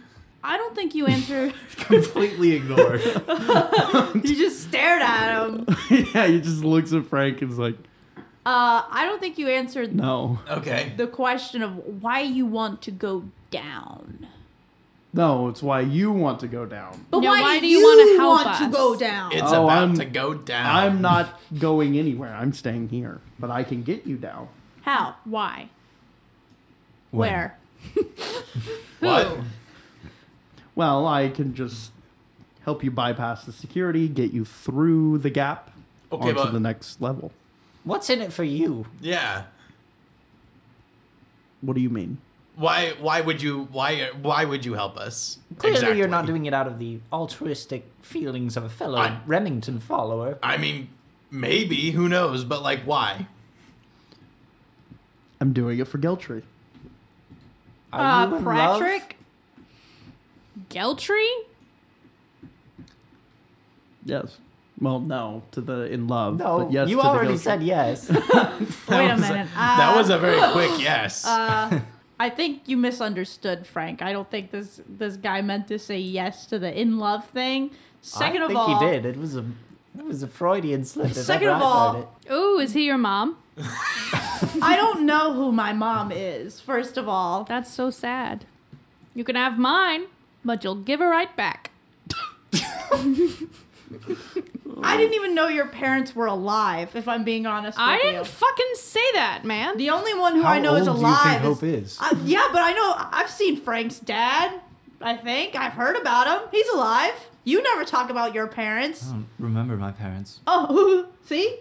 I don't think you answered.
Completely ignored.
you just stared at him.
yeah, he just looks at Frank and is like,
Uh, I don't think you answered
no.
okay.
the question of why you want to go down.
No, it's why you want to go down.
But
Yeah,
why,
why
do
do you
want
wanna
to
help
want to
us?
go down?
It's
Oh,
about
I'm-
to go down.
I'm not going anywhere. I'm staying here, but I can get you down.
How?
Why?
When?
Where?
What?
Well, I can just help you bypass the security, get you through the gap
Okay,
onto
but-
the next level.
What's in it for you?
Yeah.
What do you mean?
Why? Why would you? Why? Why would you help us?
Clearly, you're not
Exactly.
doing it out of the altruistic feelings of a fellow
I-
Remington follower.
I mean, maybe. Who knows? But like, why?
I'm doing it for Geltry.
Are you
Uh,
in
Patrick?
Geltry?
Yes. Well, no, to the in love.
love? No,
but yes,
you
to the
already
Geltry.
said yes.
Wait a minute.
that
Uh,
was a very quick yes.
I think you misunderstood, Frank. I don't think this this guy meant to say yes to the in love thing. Second
I
of
think
all,
he did. It was a, it was a Freudian slip. if
Second
ever
of
I heard
all-
it.
Ooh, is he your mom?
I don't know who my mom is. First of all,
That's so sad. You can have mine, but you'll give her right back.
I didn't even know your parents were alive. If I'm being honest,
I
with
didn't
You.
fucking say that, man.
The only one who
How
I know is
old do you think
alive.
Hope is?
Uh, yeah, but I know I've seen Frank's dad. I think I've heard about him. He's alive. You never talk about your parents.
I don't remember my parents.
Oh, see?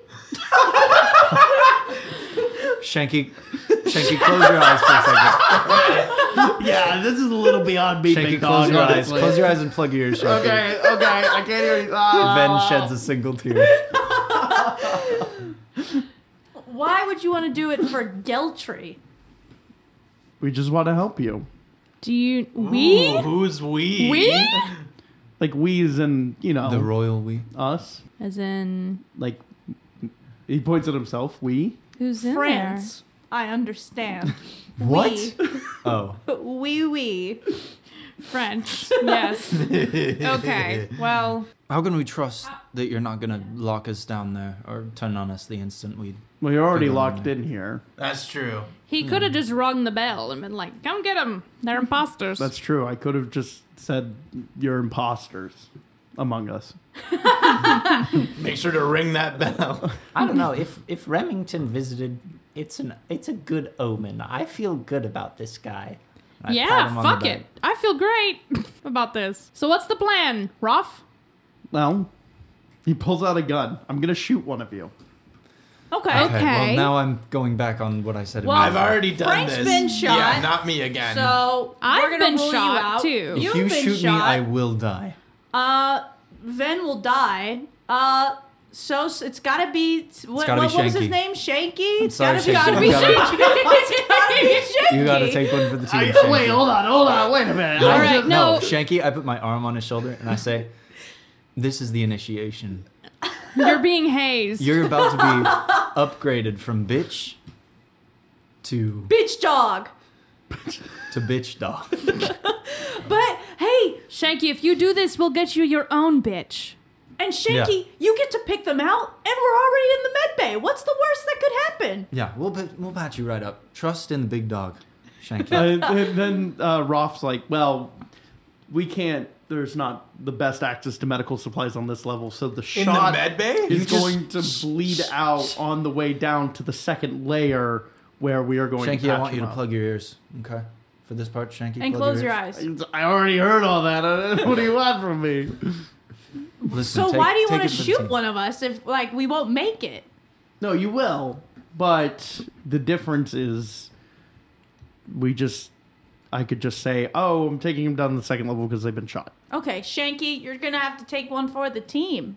Shanky, Shanky, close your eyes for a second.
Yeah, this is a little beyond me,
Shanky, close your eyes. Close your eyes and plug your ears, Shanky.
Okay, okay, I can't hear you. Ah.
Ben
Uh,
sheds a single tear.
Why would you want to do it for Geltry?
We just want to help you.
Do you we?
Ooh, who's we?
We?
Like we's and you know
The royal we.
us.
As in
Like he points at himself. We.
who's in
France. I understand.
What? Oh,
Wee wee.
there? French. Yes. okay. Well,
how can we trust that you're not gonna lock us down there or turn on us the instant we?
Well, you're already
Good one.
locked in here.
That's true.
he
Hmm.
could have just rung the bell and been like, "Come get them. They're imposters."
That's true. I could have just said you're imposters among us.
Make sure to ring that bell.
I don't know. If if Remington visited, it's an it's a good omen. I feel good about this guy. I pat
yeah,
him on the
fuck
back.
it. I feel great about this. So what's the plan, Ruff?
Well, he pulls out a gun. I'm gonna shoot one of you.
Okay.
Okay.
Okay.
Well, now I'm going back on what I said. a
Well,
minute
I've
ago.
already done
Frank's
this.
been shot.
Yeah, not me again.
So
I've
we're gonna
been
rule
shot,
you out.
too.
If
You've
you
been
shoot
shot.
me, I will die.
Uh, Ven will die. Uh, so s- it's gotta be. What,
gotta be
what, what was his
Shanky.
name? Shanky. It's
sorry,
gotta,
Shanky.
be, gotta be
You
Shanky.
gotta-
it's gotta be Shanky.
You gotta take one for the team. Shanky.
wait, hold on, hold on, wait a minute.
All right,
no.
no.
Shanky, I put my arm on his shoulder and I say, "This is the initiation.
You're being hazed.
You're about to be upgraded from bitch to
Bitch dog.
to bitch dog."
But hey,
Shanky, if you do this, we'll get you your own bitch.
And Shanky, you get to pick them out, and we're already in the med bay. What's the worst that could happen?
Yeah, we'll pat, we'll patch you right up. Trust in the big dog, Shanky.
Uh, and then uh, Roth's like, well, we can't. There's not the best access to medical supplies on this level, so the
In the
shot
med bay?
is going to bleed out on the way down to the second layer where we are going.
Shanky,
to
I
patch
want you
him
to
up.
plug your ears. Okay, for this part, Shanky. plug
And close your
ears.
eyes.
I already heard all that. What do you want from me?
Listen,
So
take-
why do you
take
want to
it for the
shoot
team.
one of us if like we won't make it?
No, you will. But the difference is, we just. I could just say, "Oh, I'm taking him down to the second level because they've been shot."
Okay, Shanky, you're gonna have to take one for the team.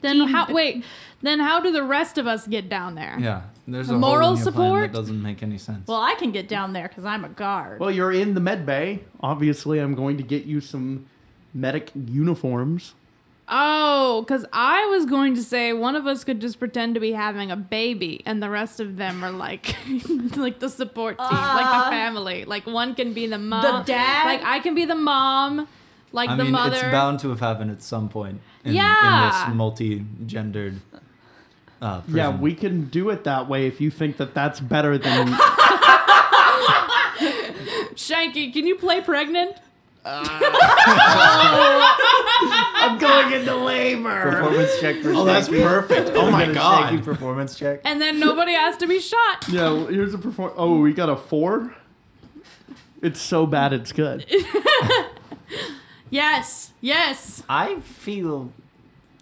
Then how? Wait. Then how do the rest of us get down there?
Yeah, there's a
Moral
moral support
support?
that doesn't make any sense.
Well, I can get down there because I'm a guard.
Well, you're in the med bay. Obviously, I'm going to get you some medic uniforms.
Oh, because I was going to say one of us could just pretend to be having a baby, and the rest of them are like, like the support team, like
Uh,
the family. Like one can be the mom,
the dad?
Like I can be the mom, like
I
the
mean,
mother.
it's bound to have happened at some point. In,
Yeah.
in this multi-gendered. Uh, prison.
Yeah, we can do it that way if you think that that's better than.
Shanky, can you play pregnant?
I'm going into labor.
performance check. For
Oh, that's
Shanky.
perfect. Oh my
Get a Shanky
god.
performance check.
And then nobody has to be shot.
Yeah, well, here's a perform. Oh, we got a four. It's so bad, it's good.
Yes, yes.
I feel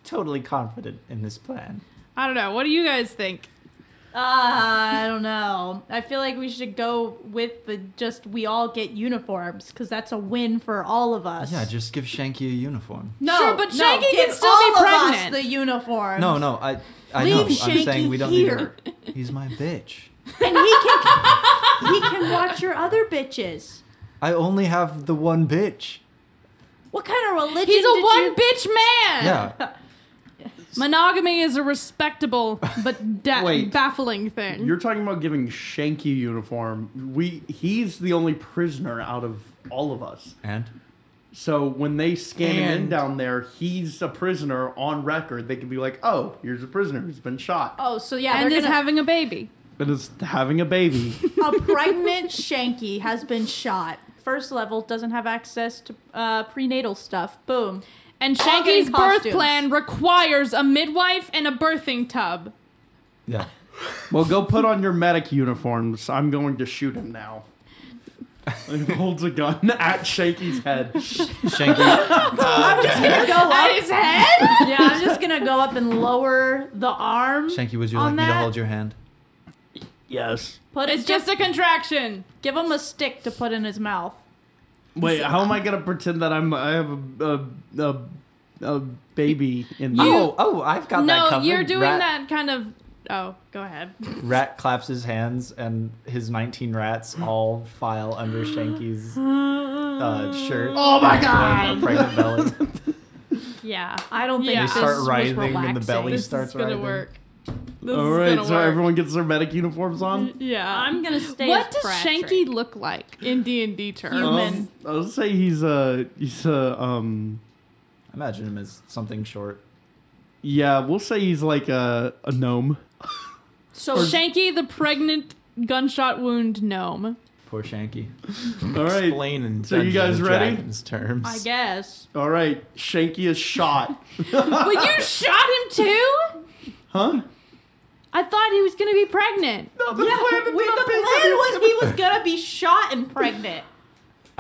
totally confident in this plan.
I don't know. What do you guys think?
Uh, I don't know. I feel like we should go with the just we all get uniforms because that's a win for all of us.
Yeah, just give Shanky a uniform.
no,
Sure, but
no,
Shanky can
give
still be
all of us
pregnant.
the uniform.
No, no, I, I
Leave
know.
Shanky
I'm saying we don't
here.
need her. He's my bitch.
and he can he can watch your other bitches.
I only have the one bitch.
What kind of religion?
He's a
did
one
you-
bitch man.
Yeah,
Monogamy is a respectable but da-
Wait.
baffling thing.
You're talking about giving Shanky uniform. We he's the only prisoner out of all of us.
and
So when they scan him in
And-
down there, he's a prisoner on record. They can be like, "Oh, here's a prisoner who's been shot
Oh, so yeah,
and
they're
is
gonna,
having a baby.
and is having a baby."
a pregnant Shanky has been shot. First level doesn't have access to uh, prenatal stuff. Boom.
And
All getting
Shanky's birth
costumes.
plan requires a midwife and a birthing tub.
yeah.
Well, go put on your medic uniforms. I'm going to shoot him now. And holds a gun at Shaky's head.
Shanky,
I'm just gonna go
At
up.
his head?
Yeah, I'm just gonna go up and lower the arm.
Shanky, would you
On
like me to
that-
hold your hand?
Yes.
Put
it's
it's
just a contraction.
give him a stick to put in his mouth.
Wait, how am I gonna pretend that I'm I have a a, a, a baby in the
oh, oh, I've got that
No,
covered.
you're doing
Rat-
that kind of. Oh, go ahead.
Rat claps his hands, and his 19 rats all file under Shanky's uh, shirt.
Oh my
Showing a pregnant belly.
Yeah.
I don't think
Yeah. They
this
start
was
writhing and the
relaxing.
belly
This
starts
is gonna
writhing.
work. This
All
is
right,
gonna
so
work.
everyone gets their medic uniforms on.
Yeah.
I'm gonna stay.
What
as
does
Patrick.
Shanky look like in D and D terms?
Human.
Um, I'll say he's a he's a um
Imagine him as something short.
yeah we'll say he's like a a gnome.
So
Shanky, the pregnant gunshot wound gnome.
Poor Shanky.
All right,
Explain in
So you
Dungeons
guys
and
ready?
Dragons terms.
I guess.
all right. Shanky is shot.
But you shot him too?
Huh?
I thought he was gonna be pregnant.
No, the
Wait, the plan was he was gonna be shot and pregnant.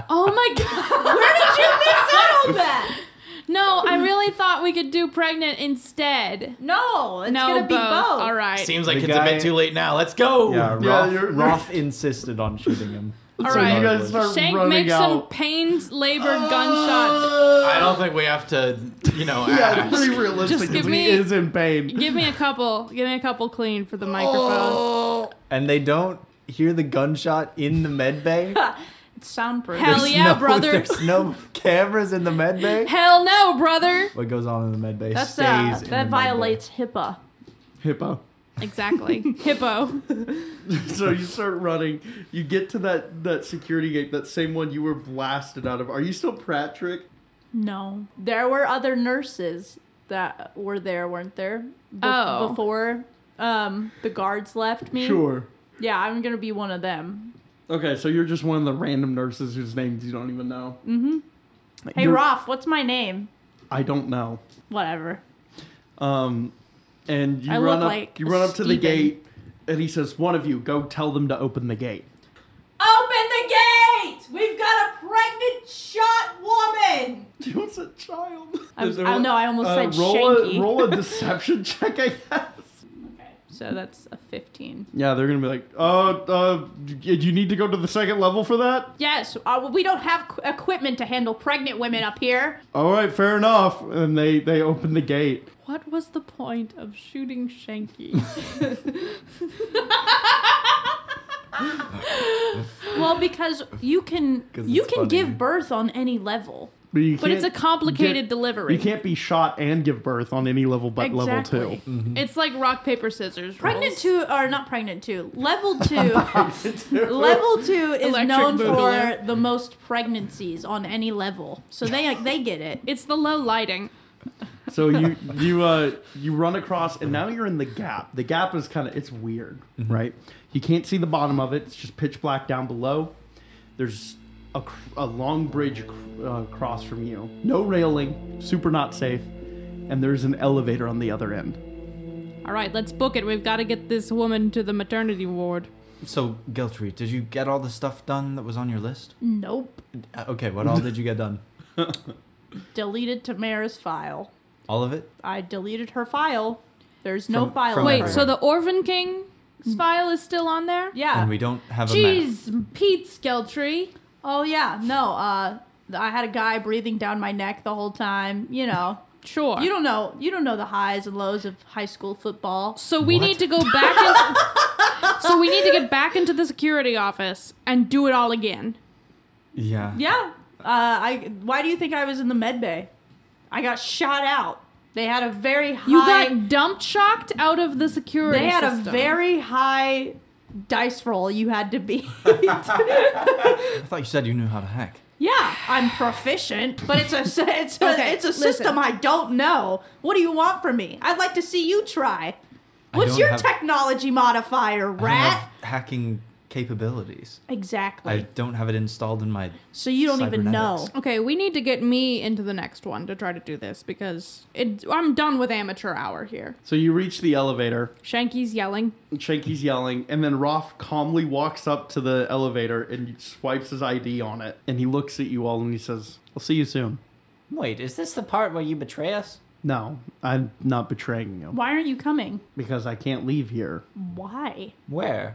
Oh my god.
Did you miss out on that?
No, I really thought we could do pregnant instead.
No, it's
no,
gonna
both.
be both.
All right.
Seems like
The
it's a
guy-
bit too late now. Let's go.
Yeah,
Yeah,
Roth,
you're-
Roth insisted on shooting him.
All
So
right.
you guys start
Shank
running
makes some
out.
pained labor gunshot.
I don't think we have to, you know,
Yeah, it's
ask.
pretty realistic.
Just give
if
me-
he is in pain.
Give me a couple. Give me a couple clean for the microphone.
And they don't hear the gunshot in the med bay.
It's soundproof.
Hell
There's
yeah,
no,
brother.
There's no cameras in the med bay.
Hell no, brother.
What goes on in the med bay
That's
stays
uh,
in the med
that
bay.
violates HIPAA.
Hippo.
Exactly. Hippo.
So you start running. You get to that that security gate, that same one you were
Mm-hmm.
blasted out of. Are you still Patrick?
No, there were other nurses that were there, weren't there? Bef-
Oh.
Before um, the guards left me.
Sure.
Yeah, I'm going to be one of them.
Okay, so you're just one of the random nurses whose names you don't even know. Mm-hmm.
Hey, Roth, what's my name?
I don't know.
Whatever.
Um, and you
I
run
look
up.
like
you run up to the
Steven.
gate, and he says, "One of you, go tell them to open the gate."
Open the gate! We've got a pregnant shot woman!
He was a child.
I was-
Is there
I
one- Uh,
know, I almost said
roll
shanky.
A, roll a deception check, I guess.
So that's a 15.
Yeah, they're gonna be like, "Uh, uh, y- you need to go to the second level for that."
Yes, uh, we don't have qu- equipment to handle pregnant women up here.
All right, fair enough. And they they open the gate.
What was the point of shooting Shanky?
Well, because you can
'Cause
you
it's
can
funny.
give birth on any level.
But, you
But it's a
can't
complicated
get-
delivery.
You can't be shot and give birth on any level but level
Exactly.
two.
It's like rock paper scissors.
Pregnant
rolls.
two or not pregnant two. Level two. level two is
Electric
known
boogaloo.
for the most pregnancies on any level. So they they get it.
It's the low lighting.
So you you uh you run across and now you're in the gap. The gap is kind of it's weird, right? You can't see the bottom of it. It's just pitch black down below. There's a, cr- a long bridge ac- uh, across from you. No railing, super not safe. And there's an elevator on the other end.
All right, let's book it. We've got to get this woman to the maternity ward.
So, Geltry, did you get all the stuff done that was on your list?
Nope.
Uh, Okay, what all did you get done?
Deleted Tamara's file.
All of it?
I deleted her file. There's no
From-
file.
from
on
Wait,
her.
Right.
so the Orphan King's file is still on there?
And
yeah.
we don't have a map.
Jeez, Pete Skeltree.
oh yeah. No. Uh, I had a guy breathing down my neck the whole time. You know.
Sure.
You don't know. You don't know the highs and lows of high school football.
so we
What?
need to go back. In- so we need to get back into the security office and do it all again.
Yeah.
Yeah. Uh, I. Why do you think I was in the med bay? I got shot out. They had a very high.
You got dumped shocked out of the security.
They had a
system.
very high dice roll. You had to be.
I thought you said you knew how to hack.
yeah, I'm proficient, but it's a s- it's a,
Okay,
it's a
listen.
system I don't know. What do you want from me? I'd like to see you try.
I
What's
don't
your
have-
technology modifier,
I don't
rat?
have hacking capabilities.
Exactly.
I don't have it installed in my.
so you don't even know.
Cybernetics.
Okay, we need to get me into the next one to try to do this because it, I'm done with amateur hour here.
So you reach the elevator.
Shanky's yelling.
and Shanky's yelling, and then Roth calmly walks up to the elevator and swipes his ID on it. And he looks at you all and he says, I'll see you soon.
Wait, is this the part where you betray us?
No, I'm not betraying you
Why aren't you coming?
because I can't leave here.
Why?
Where?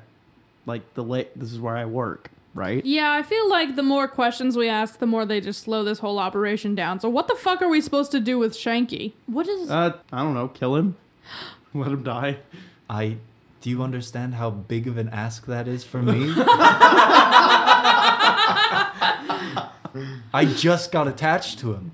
Like the late, this is where I work, right?
Yeah, I feel like the more questions we ask, the more they just slow this whole operation down. So what the fuck are we supposed to do with Shanky?
What is?
Uh, I don't know. Kill him. Let him die.
I. Do you understand how big of an ask that is for me? I just got attached to him.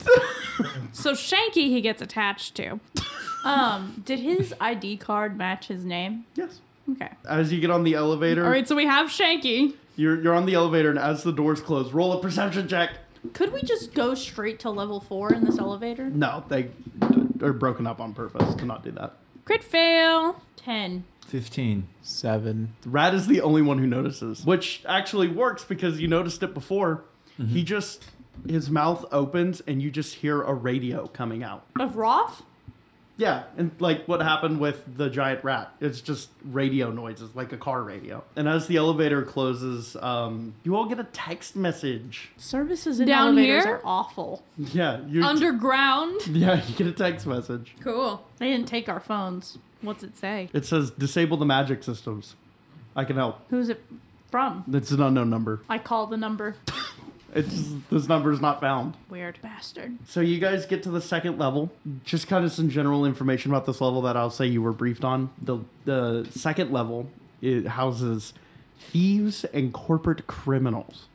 So Shanky he gets attached to.
um, did his ID card match his name?
Yes.
Okay.
As you get on the elevator,
All right, so we have Shanky.
you're, you're on the elevator, and as the doors close, roll a perception check.
Could we just go straight to level four in this elevator?
No, they are broken up on purpose to not do that.
Crit fail.
Ten.
15.
Seven.
Rat is the only one who notices, which actually works because you noticed it before. He just his mouth opens and you just hear a radio coming out.
Of Roth?
Yeah, and like what happened with the giant rat, it's just radio noises, like a car radio. And as the elevator closes, um, you all get a text message.
Services in
Down
elevators
here?
are awful.
Yeah, you
Underground.
yeah you get a text message.
Cool.
They didn't take our phones. What's it say?
It says disable the magic systems. I can help.
Who's it from?
It's an unknown number.
I called the number.
It's just, this number is not found.
Weird bastard.
So you guys get to the second level. Just kind of some general information about this level that I'll say you were briefed on. The the second level it houses thieves and corporate criminals.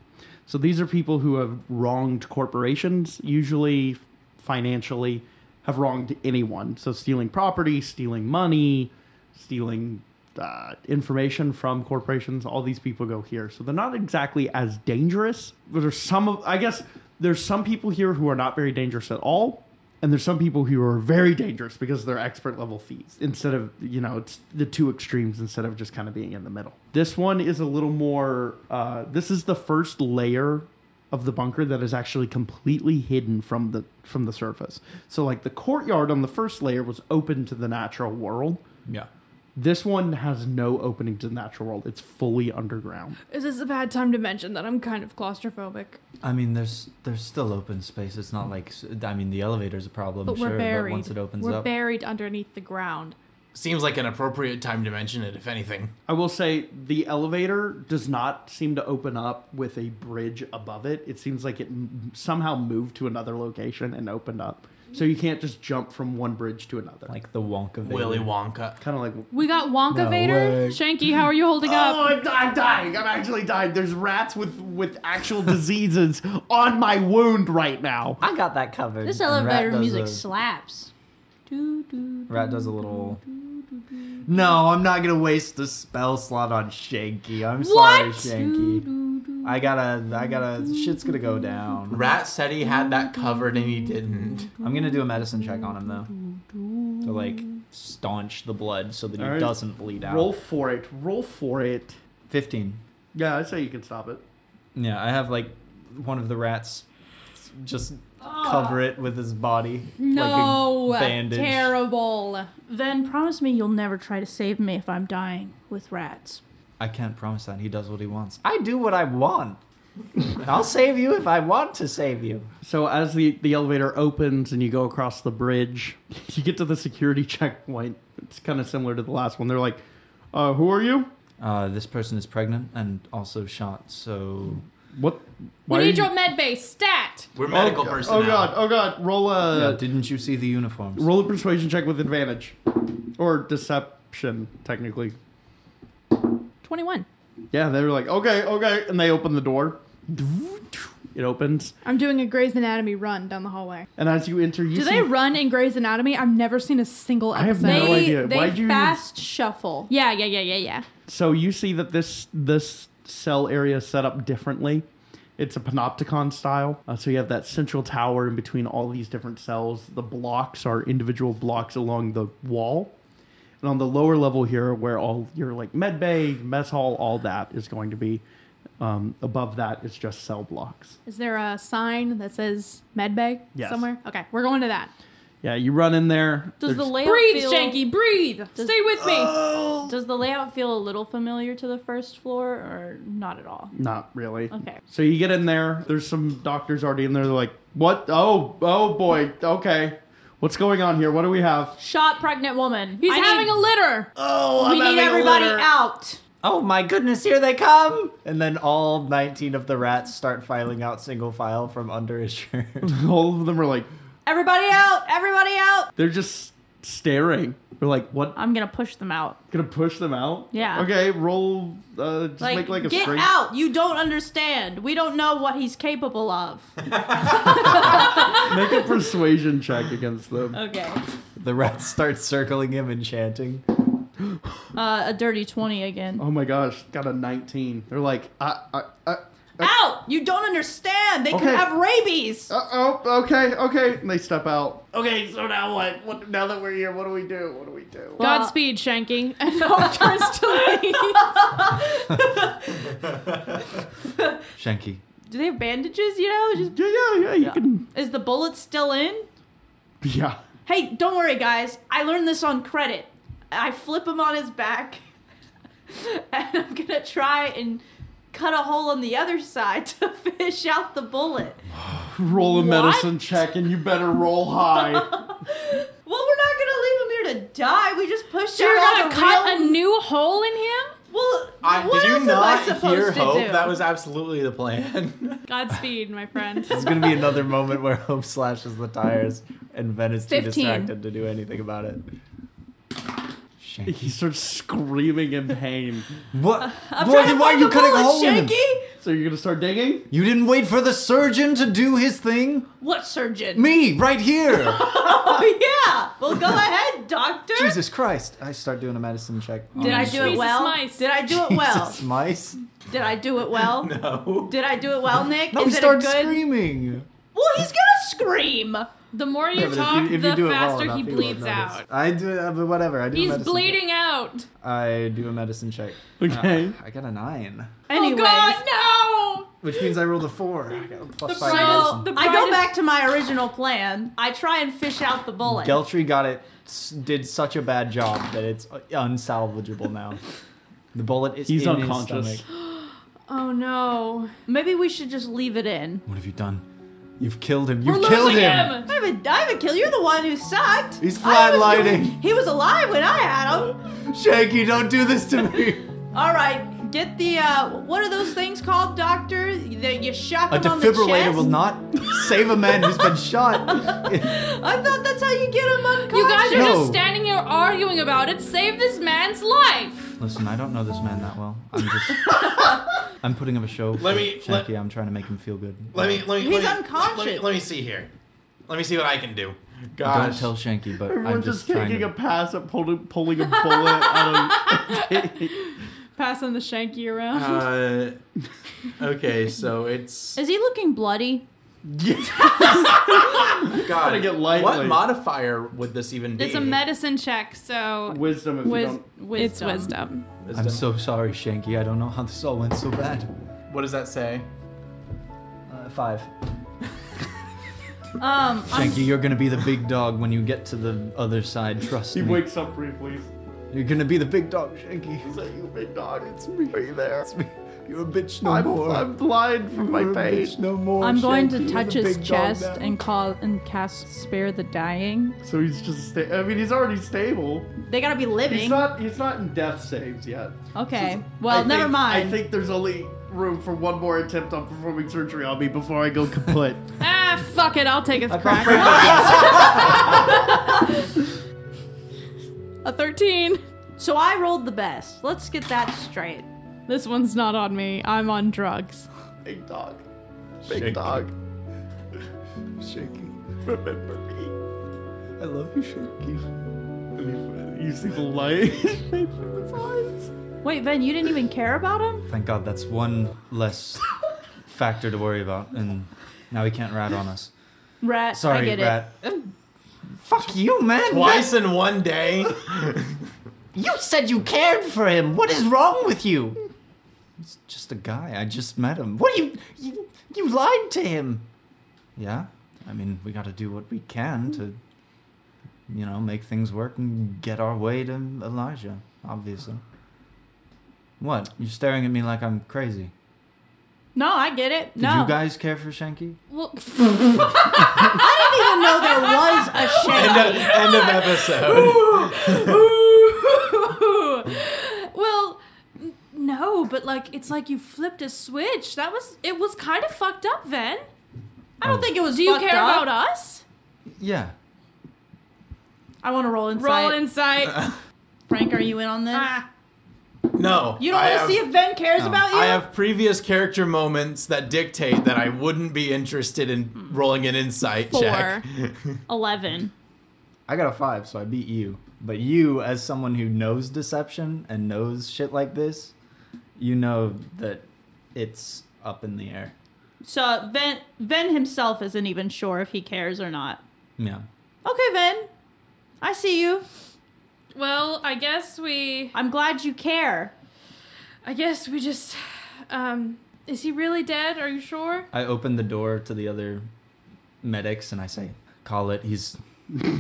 So these are people who have wronged corporations, usually financially, have wronged anyone. So stealing property, stealing money, stealing uh, information from corporations. All these people go here, so they're not exactly as dangerous. But there's some of, I guess, there's some people here who are not very dangerous at all, And there's some people who are very dangerous because they're expert level thieves instead of, you know, it's the two extremes instead of just kind of being in the middle. This one is a little more, uh, this is the first layer of the bunker that is actually completely hidden from the from the surface. So like the courtyard on the first layer was open to the natural world.
Yeah.
This one has no opening to the natural world. It's fully underground.
Is this a bad time to mention that I'm kind of claustrophobic?
I mean, there's there's still open space. It's not like s- I mean, the elevator's a problem,
But
sure,
we're buried.
but once it opens
we're
up,
buried underneath the ground.
Seems like an appropriate time to mention it, if anything.
I will say the elevator does not seem to open up with a bridge above it. It seems like it m- somehow moved to another location and opened up. So you can't just jump from one bridge to another. Like
like the Wonka. Vader.
Willy Wonka.
kind of like
We got Wonka
No
Vader.
way.
Shanky, how are you holding
Oh,
up?
I'm, I'm dying. I'm actually dying. There's rats with with actual diseases on my wound right now.
I got that covered.
This
And Rat
elevator
does
music
a-
slaps.
Rat does a little. No, I'm not gonna waste the spell slot on Shanky. I'm sorry,
What?
Shanky. I gotta, I gotta. Shit's gonna go down.
Rat said he had that covered and he didn't.
I'm gonna do a medicine check on him though, to like staunch the blood so that he
All right.
doesn't bleed out.
Roll for it. Roll for it.
fifteen.
Yeah, I'd say you can stop it.
Yeah, I have like one of the rats just cover it with his body.
No,
like a bandage.
terrible.
Then promise me you'll never try to save me if I'm dying with rats.
I can't promise that he does what he wants. I do what I want. I'll save you if I want to save you.
So as the, the elevator opens and you go across the bridge, you get to the security checkpoint. It's kind of similar to the last one. They're like, uh, "Who are you?
Uh, this person is pregnant and also shot, so
What?
We
are
need
you-
your med bay stat.
We're medical
oh,
personnel.
Oh god! Oh god! Roll a
Uh,
Yeah, didn't you see the uniforms?
roll a persuasion check with advantage, or deception technically.
Twenty-one.
Yeah, they were like, "Okay, okay," and they open the door. It opens,
I'm doing a Grey's Anatomy run down the hallway.
and as you enter, you
Do
see
they run in Grey's Anatomy? I've never seen a single
I have
episode.
No
they
idea.
they
Why'd you-
fast shuffle.
yeah, yeah, yeah, yeah, yeah.
So you see that this this cell area is set up differently. It's a panopticon style. Uh, so you have that central tower in between all these different cells. The blocks are individual blocks along the wall. And on the lower level here, where all your like med bay, mess hall, all that is going to be. Um, above that is just cell blocks.
Is there a sign that says med bay
Yes.
somewhere? Okay, we're going to that.
Yeah, you run in there.
Does the
There's-
layout
Breathe,
feel,
Shanky, breathe. Stay with me.
Does the layout feel a little familiar to the first floor, or not at all?
Not really.
Okay.
So you get in there. There's some doctors already in there. They're like, "What? Oh, oh boy. Okay, what's going on here? What do we have?"
Shot pregnant woman.
He's
I
having
need,
a litter.
Oh,
We need everybody out.
Oh my goodness, here they come! And then all 19 of the rats start filing out single file from under his shirt.
All of them are like,
Everybody out. Everybody out.
they're just staring. They're like, "What?
I'm gonna push them out.
Gonna push them out?"
Uh, Yeah.
Okay, roll. Uh, just
Like,
make like a
get
straight.
out. You don't understand. We don't know what he's capable of.
Make a persuasion check against them.
Okay.
the rats start circling him and chanting.
Uh, a dirty twenty again.
Oh my gosh, got a 19. They're like, "Uh, I, I, I,
Out. You don't understand. They
Uh, Okay.
could have rabies.
Uh oh, okay, okay. And they step out. Okay, so now what? what? Now that we're here, what do we do? What do we do?
Well-
Godspeed, Shanky. And Hope turns to leave.
Shanky,
Do they have bandages? You know, just
Yeah, yeah, yeah. You can.
is the bullet still in?
Yeah.
Hey, don't worry, guys. I learned this on credit. I flip him on his back, and I'm gonna try and cut a hole on the other side to fish out the bullet.
Roll a
What?
medicine check, and you better roll high.
Well, we're not gonna leave him here to die. We just pushed
You're
out all
gonna
the
cut
real-
a new hole in him?
Well,
I,
what
did you
else am I
not
supposed
hear
to
Hope?
do?
That was absolutely the plan.
Godspeed, my friend.
It's gonna be another moment where Hope slashes the tires and Ben is too
15.
distracted to do anything about it.
he
Shanky.
starts screaming in pain.
What? Why,
Trying to
why are
find
you
the
cutting a
bullet,
hole in him?
Shanky?
So you're gonna start digging?
You didn't wait for the surgeon to do his thing?
What surgeon?
Me, right here!
Oh yeah. Well, go ahead, doctor.
Jesus Christ. I start doing a medicine check.
Did I
on
do
the
it
Jesus
well?
mice.
Did I do it well?
Jesus, mice.
Did I do it well?
no.
Did I do it well, Nick?
No,
Is
he
it a
starts
good?
screaming.
Well, he's gonna scream.
The more you
but if
talk,
you- if you
the
do it well
faster
enough,
he
he will
bleeds
notice.
out.
I do, uh, but whatever. I do. a
He's
medicine
bleeding out.
Check. I do a medicine check.
Okay.
Uh, I got a nine,
Anyways,
Oh
which means I rolled a four. I got a plus
The
five.
front-
medicine.
the-
I go
brightest-
back to my original plan. I try and fish out the bullet.
Geltry got it. s- Did such a bad job that it's unsalvageable now. The bullet is
He's
in his
unconscious.
stomach.
no! Oh no!
Maybe we should just leave it in.
What have you done? You've killed him. You've
We're
killed
losing
him.
him.
I have a, I have a kill. You're the one who sucked.
He's
I was doing-
flatlining.
He was alive when I had him.
Shaky, don't do this to me.
All right, get the uh, what are those things called, doctor? That you shot
a
them on the
defibrillator
chest.
will not save a man who's been shot.
I thought that's how you get him unconscious.
You guys are
No.
just standing here arguing about it. Save this man's life.
Listen, I don't know this man that well. I'm just. I'm putting up a show.
Let me- let-
Shaky, I'm trying to make him feel good.
Let me. Let me. let me,
He's
Let me,
unconscious.
let me see here. Let me see what I can do.
Don't
Gosh.
tell Shanky, but
We're
I'm
just,
just,
taking
trying to.
a pass at pulling, pulling a bullet out of.
Passing the shanky around.
Uh, okay, so it's
Is he looking bloody?
God.
Gotta get
What
lightly.
modifier would this even be?
it's a medicine check, so
wisdom if you
wis-
don't.
it's wisdom.
Wisdom.
I'm so sorry, Shanky. I don't know how this all went so bad.
What does that say?
Uh, five.
Um, I'm,
Shanky, you're gonna be the big dog when you get to the other side. Trust
He
me.
wakes up briefly. Is
You're gonna be the big dog, Shanky.
that you, big dog? It's me. Are you there?
It's me. You're a bitch no
I'm,
more.
I'm blind from my
You're a
pain.
bitch no more.
I'm going to
Oh, Shanky. You're
touch
the
his
big dog
chest
now.
and call and cast spare the dying.
So he's just. Sta- I mean, he's already stable.
they gotta be living.
He's not. He's not in death saves yet.
okay. Well,
I
Oh, never
think- I
mind.
think there's only room for one more attempt on performing surgery on me before I go kaput.
Ah, fuck it. I'll take a crack. a thirteen.
so I rolled the best. Let's get that straight.
This one's not on me. I'm on drugs.
big dog. Big
Shaky.
dog.
Shanky,
Remember me.
I love you, Shanky.
And he- You see the light from his eyes.
Wait, Ben, you didn't even care about him?
Thank God, that's one less factor to worry about, and now he can't rat on us.
Rat, I
Sorry,
get
rat. Fuck you, man.
Twice in one day.
You said you cared for him. What is wrong with you? He's just a guy. I just met him. What do you, you you lied to him? Yeah. I mean, we got to do what we can to you know, make things work and get our way to Elijah, obviously. What? You're staring at me like I'm crazy.
it. No, I get it.
Did
no.
you guys care for Shanky?
Well,
I didn't even know there was
end,
a shame.
of, end of episode.
well, n- no, but like it's like you flipped a switch. That was it was kind of fucked up then.
I
Oh.
don't think it was
Do you
fucked
care
up.
about us?
Yeah.
I want to roll inside.
Roll insight.
Frank, are you in on this?
Ah.
No.
You don't
I
want to
have-
see if Ben cares
No.
about you?
I have previous character moments that dictate that I wouldn't be interested in rolling an insight check.
Eleven.
I got a five, so I beat you. But you, as someone who knows deception and knows shit like this, you know that it's up in the air.
So Ven, Ven himself isn't even sure if he cares or not.
Yeah.
Okay, Ven. I see you.
Well, I guess we.
I'm glad you care.
I guess we just. Um, is he really dead? Are you sure?
I open the door to the other medics and I say, "Call it. He's
Time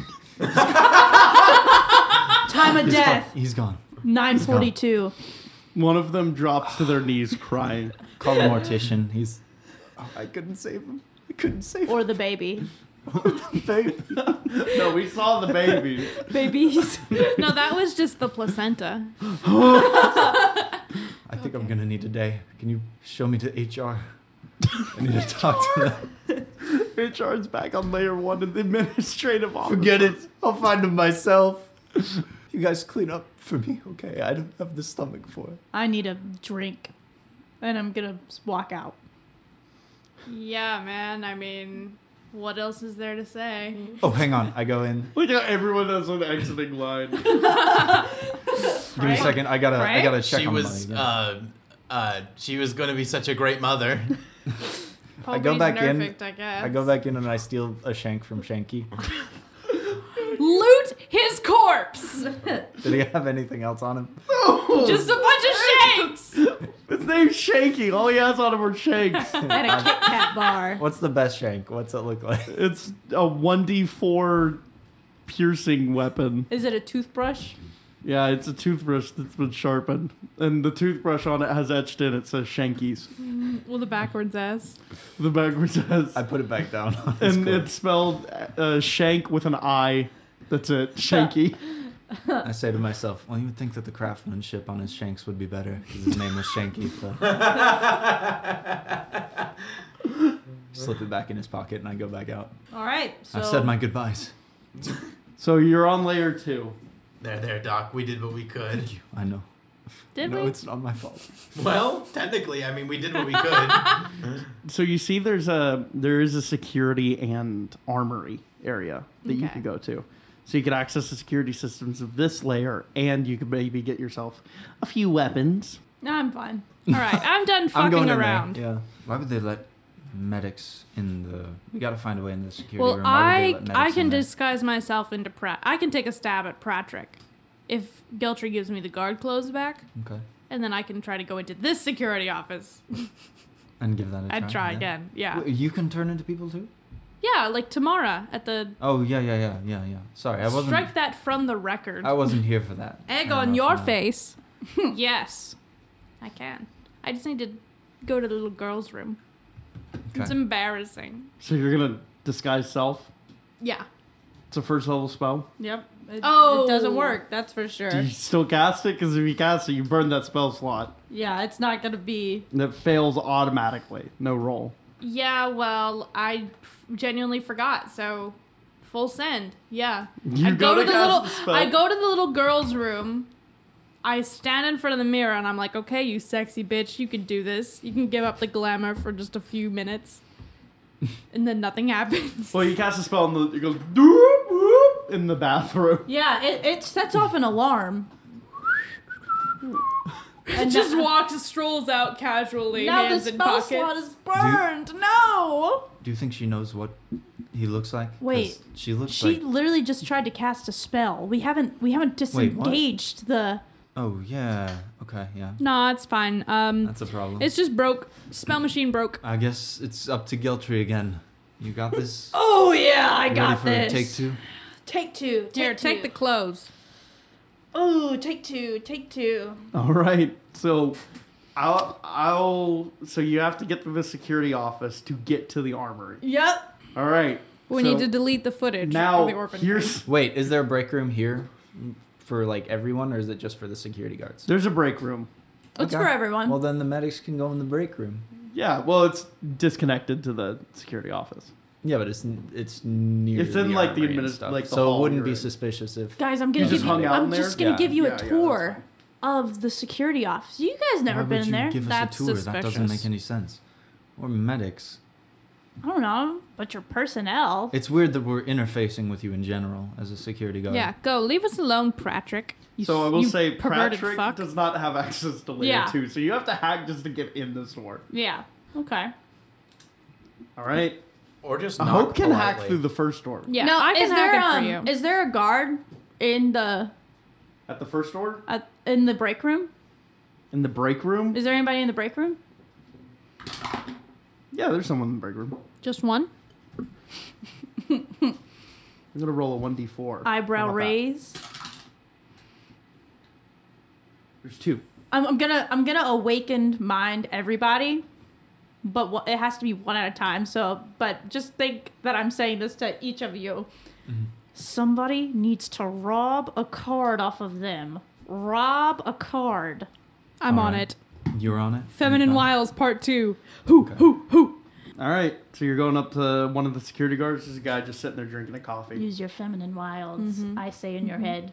of
he's
death,
Gone. He's gone.
942.
One of them drops to their knees crying.
Call the mortician. He's. Oh, I couldn't save him. I couldn't save
Or the baby.
him, babe.
No, we saw the baby.
Babies.
No, that was just the placenta.
I think I'm gonna need a day. Can you show me to HR? I need to talk to them.
HR's back on layer one in the administrative office.
Forget it. I'll find him myself. You guys clean up for me, okay? I don't have the stomach for it.
I need a drink. And I'm going to walk out.
Yeah, man. I mean, what else is there to say?
Oh, hang on. I go in.
Look how everyone has an exiting line.
Give me a second. I gotta. I
Frank?
gotta check
she
on
was
my.
uh, uh, she was going to be such a great mother.
Paul
go
Bee's
back in.
nerfed, I guess.
I go back in and I steal a shank from Shanky.
Loot his corpse.
Did he have anything else on him?
Just a bunch of shanks.
His name's Shaky. All he has on him are shakes.
at a Kit Kat bar.
What's the best shank? What's it look like?
it's a one d four piercing weapon.
Is it a toothbrush?
Yeah, it's a toothbrush that's been sharpened, and the toothbrush on it has etched in it says Shanky's.
Well, the backwards S.
The backwards says,
I put it back down. On his
and
corpse.
it's spelled uh, Shank with an I. That's it, Shanky.
I say to myself, well, you would think that the craftsmanship on his shanks would be better because his name was Shanky. But... Slip it back in his pocket and I go back out.
All right. So
I've said my goodbyes.
so you're on layer two.
There, there, Doc. We did what we could.
I know.
did
no,
we?
it's not my fault.
Well, technically, I mean, we did what we could.
So you see, there's a there is a security and armory area that you
Okay.
can go to. So you could access the security systems of this layer, and you could maybe get yourself a few weapons.
No, I'm fine.
All right, I'm done fucking
I'm going in there,
around.
Yeah. Why would they let medics in the? We gotta find a way in the security
Well,
room. Why would
I
they let medics
I
in
can
there?
disguise myself into Pratt. I can take a stab at Patrick if Geltry gives me the guard clothes back,
Okay.
and then I can try to go into this security office.
And give that a try.
I'd try
yeah.
again. Yeah,
Wait, You can turn into people too.
yeah, like Tamara at the.
Oh yeah, yeah, yeah, yeah, yeah. Sorry, I wasn't.
Strike that from the record.
I wasn't here for that. I
Egg
don't
on
know
your
if I-
face. yes, I can. I just need to go to the little girl's room. It's
Okay.
embarrassing.
So you're gonna disguise self.
Yeah.
It's a first level spell.
Yep. It,
Oh.
it doesn't work. That's for sure.
Do you still cast it? Because if you cast it, you burn that spell slot.
Yeah, it's not gonna be.
And it fails automatically. No roll.
Yeah, well, I f- genuinely forgot. So, full send. Yeah.
You
I go
gotta
to the
cast
little
the spell.
I go to the little girl's room. I stand in front of the mirror and I'm like, "Okay, you sexy bitch, you can do this. You can give up the glamour for just a few minutes." and then nothing happens.
Well, you cast a spell and the, it goes doop, whoop, in the bathroom.
Yeah, it, it sets off an alarm.
and just walks strolls out casually,
Now the
hands in
spell
pockets.
slot is burned. No.
Do you think she knows what he looks like? 'Cause
Wait,
She looks
She
like.
literally just tried to cast a spell. We haven't we haven't
Wait, what?
disengaged the.
Oh yeah. Okay. Yeah.
Nah, it's fine. Um
That's a problem.
it's just broke. Spell machine broke.
I guess it's up to Geltry again. You got this.
Oh yeah, I
You ready for take two.
Take two. Take
Here, take the clothes.
Oh, take two. Take two.
All right. So I'll, I'll. So you have to get through the security office to get to the armory.
Yep.
All right.
We
so
need to delete the footage of the
now.
orphan.
Here's
Wait, is there a break room here for like everyone, or is it just for the security guards?
there's a break room.
It's
Okay.
for everyone.
Well, then the medics can go in the break room.
Yeah. Well, it's disconnected to the security office.
Yeah, but it's n- it's near.
It's in,
the
like, the
armory and
administ-
stuff,
like, the
so it
hall
wouldn't
you're
be
in.
suspicious if.
Guys, I'm
You
gonna give
just
you.
hung out in
I'm
there?
just gonna
Yeah,
give you
yeah,
a
yeah, that's
tour
fine.
of the security office. You guys never
Why
been
would
in
you
there.
Give us
That's
a tour. That doesn't
suspicious.
make any sense. Or medics.
I don't know, but your personnel.
It's weird that we're interfacing with you in general as a security guard.
Yeah, go. Leave us alone, Patrick. You
So I will
you
say,
perverted
Patrick
fuck.
does not have access to layer
Yeah.
two, so you have to hack just to get in the store.
Yeah.
okay.
All right.
Or just
I
knock
Hope can
politely.
hack through the first door.
Yeah.
no,
I can
is
hack
there
it
um,
for you.
is there a guard in the
At the first door
uh, in the break room?
in the break room.
Is there anybody in the break room?
Yeah, there's someone in the break room.
Just one?
I'm gonna roll a one d four.
Eyebrow raise.
There's two.
I'm, I'm gonna I'm gonna awakened mind everybody, but wha- it has to be one at a time. So, but just think that I'm saying this to each of you.
Mm-hmm.
Somebody needs to rob a card off of them. Rob a card.
I'm
All
on
right.
it.
You're on it.
Feminine
Okay.
Wiles Part 2. Who, who, who?
All right, so you're going up to one of the security guards. There's a guy just sitting there drinking a coffee.
Use your feminine wilds. I say in your head.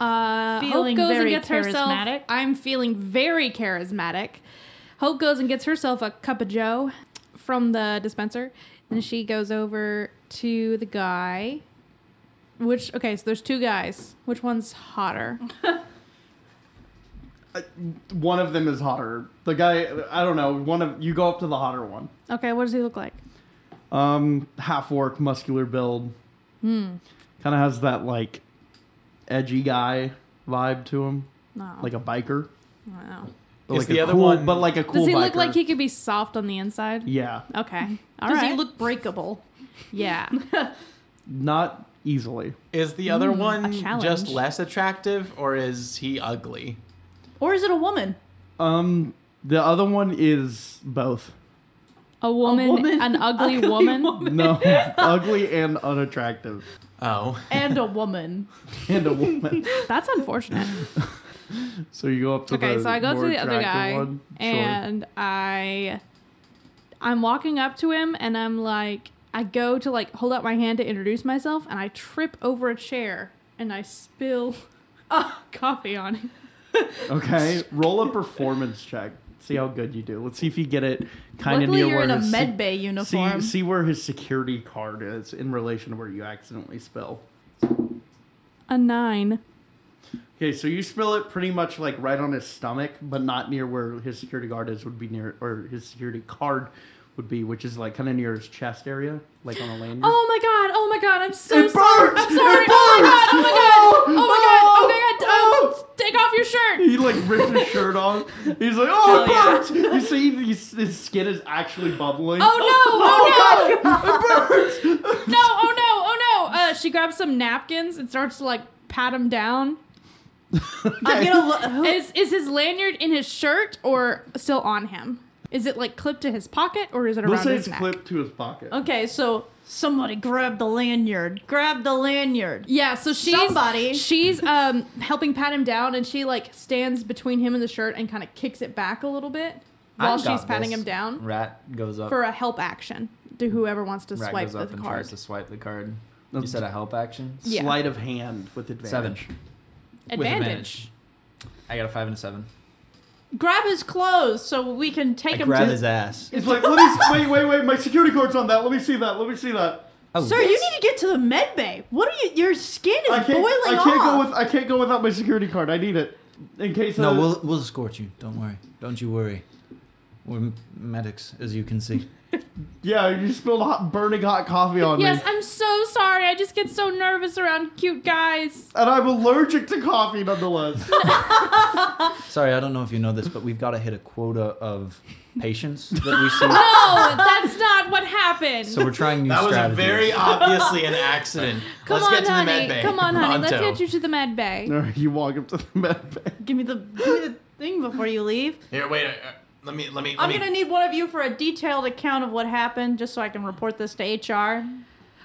Uh,
Feeling
Hope goes
very
and gets herself.
charismatic.
I'm feeling very charismatic. Hope goes and gets herself a cup of joe from the dispenser. And she goes over to the guy. Which, okay, so there's two guys. Which one's hotter?
uh, one of them is hotter. The guy, I don't know. One of you go up to the hotter one.
Okay, what does he look like?
Um, half orc, muscular build.
Hmm.
Kind of has that like edgy guy vibe to him,
No.
like a biker.
wow.
But
Is
like
the
a
other
cool,
one-
But like a cool.
Does he look
biker. Mm.
like he could be soft on the inside?
Yeah,
Okay. All right.
Does he look breakable?
Yeah.
not easily.
Is the other one
challenge.
just less attractive, or is he ugly?
Or is it a woman?
Um, the other one is both.
A woman,
woman-
an ugly,
ugly
woman.
No, ugly and unattractive,
Oh,
And a woman.
and a woman.
That's unfortunate.
So you go up to
Okay,
the
so I go
more
to the other
attractive
guy
one.
and I I'm walking up to him and I'm like I go to like hold out my hand to introduce myself and I trip over a chair and I spill coffee on him.
sure. okay, roll a performance check. See how good you do. Let's see if you get it kind of
Luckily,
near
you're
where
in a
his se-
med bay
see,
uniform.
see where his security card is in relation to where you accidentally spill.
A nine.
Okay, so you spill it pretty much like right on his stomach, but not near where his security guard is would be near or his security card would be, which is like kind of near his chest area, like on a lanyard.
Oh my god! Oh my god! I'm so
It
sorry.
burns!
I'm sorry.
It
Oh my
burns!
god! Oh my god! Oh my god! Oh my god!
Oh!
Oh, Take off your shirt.
He like ripped his shirt off. He's like, oh, it burns! You see, he's, his skin is actually bubbling.
Oh no! Oh no! No! Oh no! Oh no! Uh, she grabs some napkins and starts to like pat him down.
I'm gonna look. Who,
Is is his lanyard in his shirt or still on him? Is it like clipped to his pocket or is it
We'll
around
say
his
it's
neck? Oh,
clipped to his pocket.
okay, so somebody grab the lanyard. Grab the lanyard.
Yeah, so she's
Somebody.
she's um helping pat him down and she like stands between him and the shirt and kind of kicks it back a little bit while
I've got
she's patting
this.
him down
Rat goes up.
for a help action to whoever wants to
Rat
swipe
goes
the
up and
card.
tries to swipe the card.
Um,
You said a help action.
yeah.
Sleight of hand with advantage.
Seven. With
advantage.
I got a five and a seven.
Grab his clothes so we can take
I
him
grab
to.
his ass.
It's like, let me wait, wait, wait. My security card's on that. Let me see that. Let me see that.
Oh,
Sir, you need to get to the med bay. What are you? Your skin is
I can't.
boiling
I
off.
can't go with. I can't go without my security card. I need it in case.
No,
I,
we'll we'll escort you. Don't worry. Don't you worry. We're m- medics, as you can see.
Yeah, you spilled hot, burning hot coffee on
Yes,
me,
I'm so sorry. I just get so nervous around cute guys.
and I'm allergic to coffee nonetheless.
Sorry, I don't know if you know this, but we've got to hit a quota of patients that we see.
No, that's not what happened.
so we're trying new
that was
strategies.
very obviously an accident.
Come
Let's
on,
get to
honey.
the med bay.
Come on, honey. Let's
Pronto.
get you to the med bay.
All right, you walk up to the med bay.
Give me the, give me the thing before you leave.
Here, wait. uh, uh, let me. Let me. Let
I'm
me.
gonna need one of you for a detailed account of what happened, just so I can report this to HR.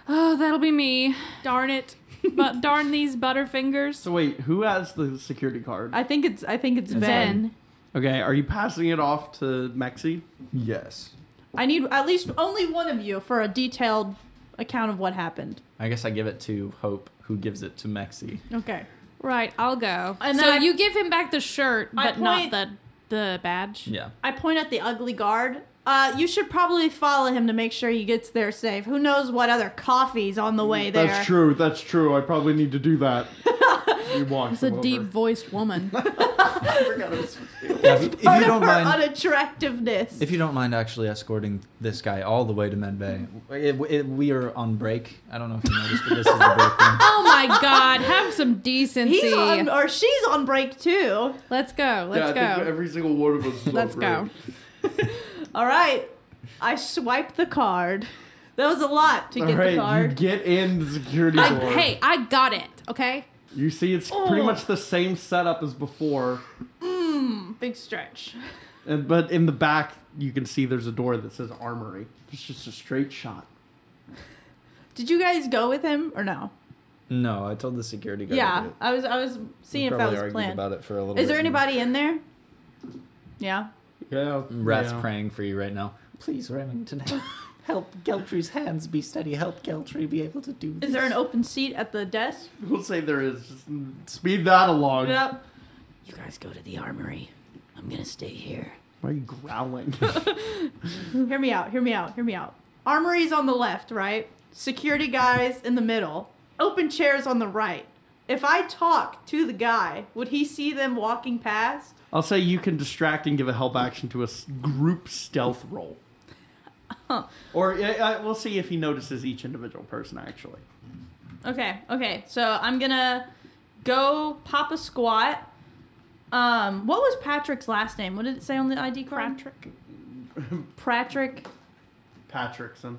Oh, that'll be me. Darn it. But darn these butterfingers.
So wait, who has the security card?
I think it's. I think it's Ben.
Ben.
Okay, are you passing it off to Mexi?
Yes.
I need at least only one of you for a detailed account of what happened.
I guess I give it to Hope, who gives it to Mexi.
Okay.
Right, I'll go.
And
so
then I-
you give him back the shirt,
I
but not
point-
the the badge.
Yeah.
I point at the ugly guard. Uh, you should probably follow him to make sure he gets there safe. Who knows what other coffee's on the way there?
That's true. That's true. I probably need to do that. you walk.
It's a deep voiced woman.
Yeah, if, if
Part
you
of
don't
her
mind,
unattractiveness.
if you don't mind actually escorting this guy all the way to Med Bay, it, it, we are on break. I don't know if you noticed, but this is the break room.
oh my god, have some decency.
He's on, or she's on break too.
Let's go. Let's go.
every single one of us.
Let's go.
All right. I swipe the card. That was a lot to
All
get
right,
the
you
card.
get in the security
I,
door.
hey, I got it. Okay.
You see, it's pretty
Oh.
much the same setup as before,
Big stretch.
and, but in the back you can see there's a door that says armory. It's just a straight shot.
Did you guys go with him or no?
No, I told the security guard. to do
Yeah,
it.
I was. I was
We
seeing if that
probably
was
argued
planned.
about it for a little
Is there
bit.
anybody in there? Yeah.
Yeah,
Rat's
yeah.
praying for you right now. Please, Remington, help, help Geltry's hands be steady. Help Geltry be able to do
Is there an open seat at the desk?
We'll say there is. Just speed that along.
Yep.
You guys go to the armory. I'm gonna stay here.
Why are you growling?
Hear me out. Hear me out. Hear me out. Armory's on the left, right? Security guys in the middle. Open chairs on the right.
If I talk to the guy, would he see them walking past?
I'll say you can distract and give a help action to a s- group stealth roll. Or uh, uh, we'll see if he notices each individual person, actually.
Okay, okay. So I'm gonna go pop a squat. Um, what was Patrick's last name? What did it say on the ID card? Patrick. Patrick.
Patrickson.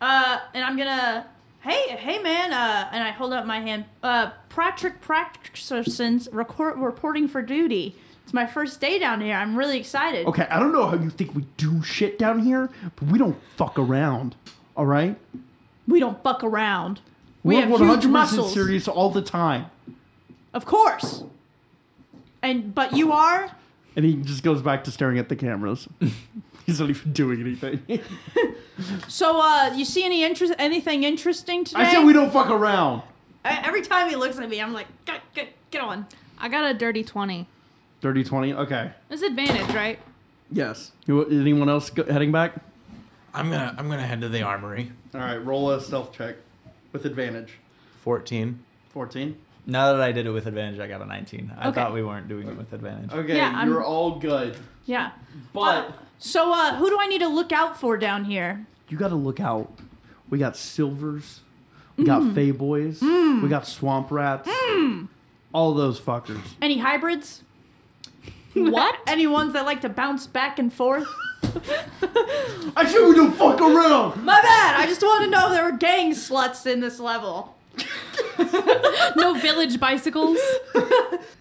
Uh, and I'm gonna. Hey, hey, man. Uh, and I hold up my hand. Uh, Patrick Patrickson's record reporting for duty. It's my first day down here. I'm really excited.
Okay, I don't know how you think we do shit down here, but we don't fuck around. All right?
We don't fuck around. We
We're
have huge muscles.
serious all the time.
Of course. And but you are.
And he just goes back to staring at the cameras. He's not even doing anything.
So uh, you see any interest anything interesting today?
I said we don't fuck around.
I- E, Every time he looks at me, I'm like, get, get, get on.
I got a dirty 20.
Dirty 20? Okay.
It's advantage, right?
Yes. Anyone else go- heading back?
I'm gonna I'm gonna head to the armory.
All right, roll a stealth check with advantage.
Fourteen.
14.
Now that I did it with advantage, I got a 19. I
Okay.
thought we weren't doing it with advantage.
Okay,
Yeah,
you're
I'm-
all good.
Yeah.
But
Uh, so uh, who do I need to look out for down here?
you got to look out. We got silvers. We
Mm.
got fey boys. We got swamp rats. All those fuckers.
Any hybrids?
What?
Any ones that like to bounce back and forth?
I said we don't fuck around.
My bad. I just wanted to know if there were gang sluts in this level.
no village bicycles?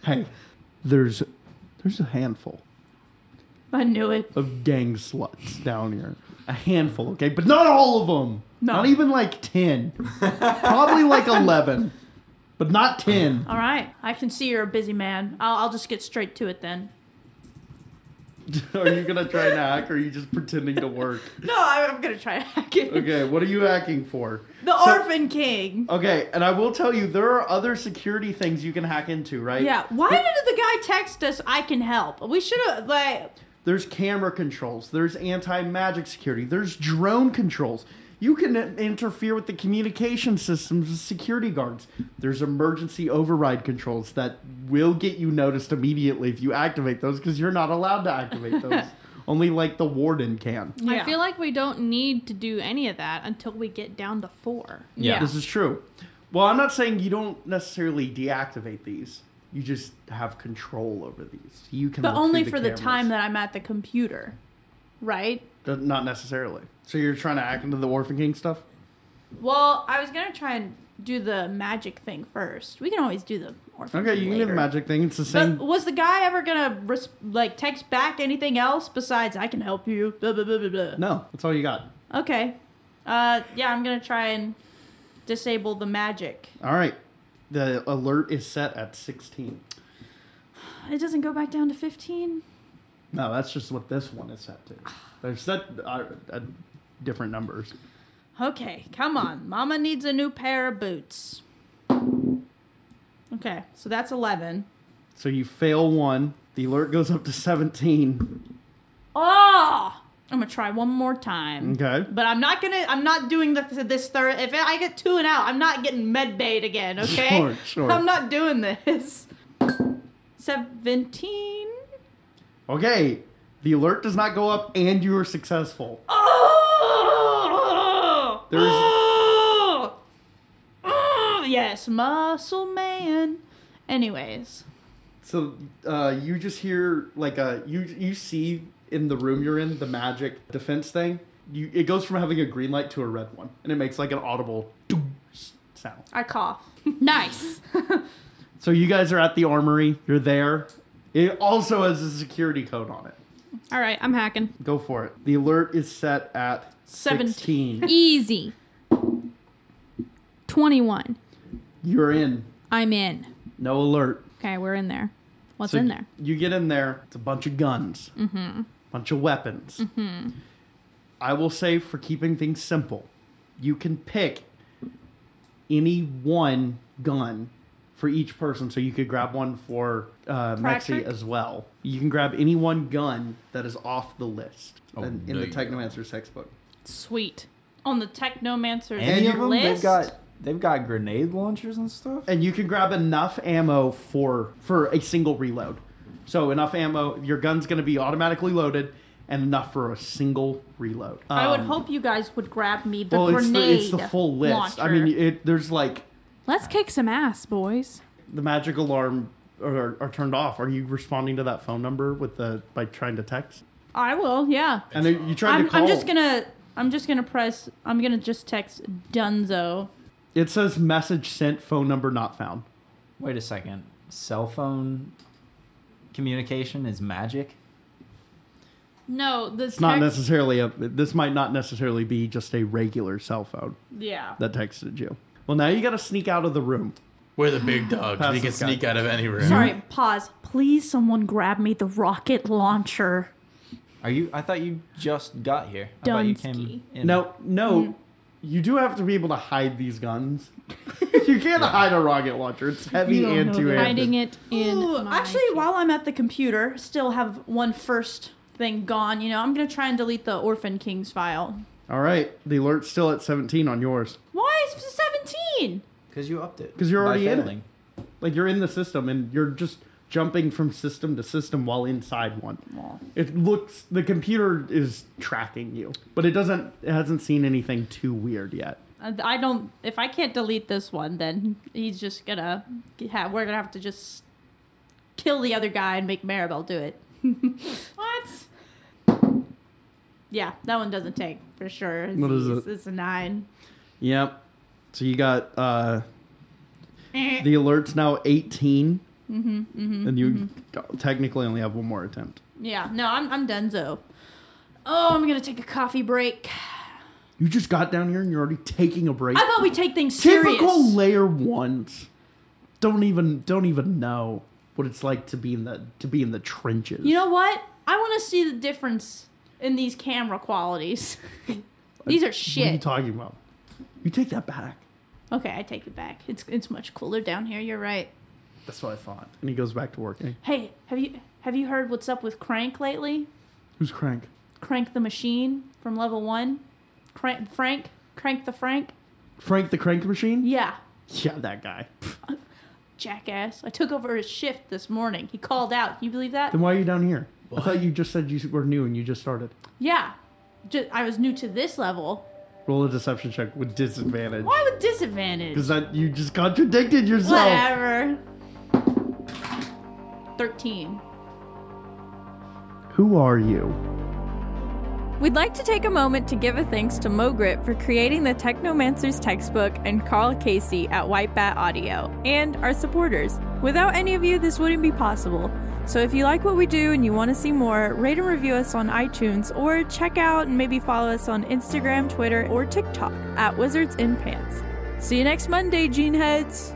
Hey, there's there's a handful
I knew it.
of gang sluts down here. A handful, okay, but not all of them. Not even like ten. Probably like eleven, but not ten.
All right. I can see you're a busy man. I'll, I'll just get straight to it then.
are you gonna try and hack, or are you just pretending to work?
No, I, I'm gonna try to hack it.
Okay, what are you hacking for?
The
So-
Orphan King.
Okay, and I will tell you there are other security things you can hack into, right?
Yeah. Why did the guy text us? I can help. We should have like.
There's camera controls. There's anti-magic security. There's drone controls. You can uh, interfere with the communication systems of security guards. There's emergency override controls that will get you noticed immediately if you activate those because you're not allowed to activate those. Only like the warden can.
I feel like we don't need to do any of that until we get down to four.
Yeah.
This is true. Well, I'm not saying you don't necessarily deactivate these. You just have control over these. You can
But
look through
only for the
cameras.
time that I'm at the computer, right?
Th- Not necessarily. So you're trying to hack into the Orphan King stuff?
Well, I was gonna try and do the magic thing first. We can always do the orphan.
Okay,
thing
you can do the
later.
magic thing. It's the
But
same.
was the guy ever gonna res- like text back anything else besides "I can help you"? Blah, blah, blah, blah, blah.
no, that's all you got.
Okay. Uh, yeah, I'm gonna try and disable the magic.
All right. The alert is set at 16.
It doesn't go back down to 15.
No, that's just what this one is set to. They're set uh, at different numbers.
Okay, come on. Mama needs a new pair of boots. Okay, so that's 11.
So you fail one. The alert goes up to 17.
Oh! I'm gonna try one more time.
Okay.
But I'm not gonna. I'm not doing this this third. If I get two and out, I'm not getting med bait again. Okay.
Sure, sure.
I'm not doing this. Seventeen.
Okay. The alert does not go up and you are successful.
Oh!
There's-
Oh! Oh! Yes, muscle man. Anyways.
So uh, you just hear like a you you see in the room you're in the magic defense thing. You it goes from having a green light to a red one, and it makes like an audible doom sound.
I cough.
Nice.
So you guys are at the armory. You're there. It also has a security code on it.
All right, I'm hacking.
Go for it. The alert is set at
Seventeen.
16.
Easy. 21.
You're in.
I'm in.
No alert.
Okay, we're in there. What's
So
in there?
You get in there. It's a bunch of guns. Mm-hmm. Bunch of weapons. Mm-hmm. I will say, for keeping things simple, you can pick any one gun for each person. So you could grab one for uh, Mexi
Patrick?
as well. You can grab any one gun that is off the list
Oh,
in, in the
there you go.
Technomancer's textbook.
Sweet.
On the Technomancer's
Any of them?
list.
They've got They've got grenade launchers and stuff.
and you can grab enough ammo for for a single reload. So enough ammo, your gun's going to be automatically loaded, and enough for a single reload.
I would
Um,
hope you guys would grab me the
Well, it's the,
grenade.
it's the full list. I mean,
launcher.
it, there's like
Let's kick some ass, boys.
the magic alarm are, are turned off. Are you responding to that phone number with the by trying to text?
I will. Yeah.
And are you trying
I'm,
to call?
I'm just gonna. I'm just gonna press. I'm gonna just text Dunzo.
It says message sent, phone number not found.
Wait a second. Cell phone communication is magic?
No, this
It's not necessarily a. This might not necessarily be just a regular cell phone
Yeah.
that texted you. Well, now you got to sneak out of the room.
We're the big dogs.
Pass
we can
this guy.
sneak out of any room.
Sorry. Pause. Please, someone grab me the rocket launcher.
Are you? I thought you just got here. I thought you came
Dunsky.
in.
No, no,
Mm-hmm.
you do have to be able to hide these guns. you can't hide a rocket launcher. It's heavy and two-handed.
Hiding it in.
Ooh,
my-
actually, while I'm at the computer, still have one first thing gone. You know, I'm gonna try and delete the Orphan Kings file.
All right, the alert's still at 17 on yours.
Why is it 17?
Because you upped it.
'Cause you're
by
already in it.
failing.
Like you're in the system and you're just jumping from system to system while inside one. It looks the computer is tracking you, but it doesn't. It hasn't seen anything too weird yet.
I Uh, I don't. If I can't delete this one, then he's just gonna. Have, we're gonna have to just kill the other guy and make Maribel do it.
What?
Yeah, that one doesn't take for sure. It's,
What is
it's-
it?
It's a nine.
Yep. So you got uh,
Eh.
the alert's now 18, mm-hmm, and you technically only have one more attempt.
Yeah, no, I'm I'm Denzo. Oh, I'm gonna take a coffee break.
You just got down here and you're already taking a break.
I thought we take things serious.
Typical layer ones don't even don't even know what it's like to be in the to be in the trenches.
You know what? I want to see the difference in these camera qualities. these are
what are you
shit.
talking about? You take that back.
okay, I take it back. It's it's much cooler down here. You're right.
That's what I thought. And he goes back to working.
Hey, have you have you heard what's up with Crank lately?
Who's crank?
Crank the machine from level one. Crank Frank. Crank the Frank.
Frank the crank machine?
Yeah,
Yeah, that guy.
jackass. I took over his shift this morning. He called out. You believe that?
Then why are you down here? I thought you just said you were new and you just started.
Yeah. Ju- I was new to this level.
Roll a deception check with disadvantage.
Why with disadvantage?
Because that you just contradicted yourself.
Whatever. Thirteen.
Who are you?
We'd like to take a moment to give a thanks to Mogrit for creating the Technomancer's textbook and Carl Casey at White Bat Audio, and our supporters. Without any of you, this wouldn't be possible. So if you like what we do and you want to see more, rate and review us on iTunes, or check out and maybe follow us on Instagram, Twitter, or TikTok at Wizards in Pants. See you next Monday, Gene Heads!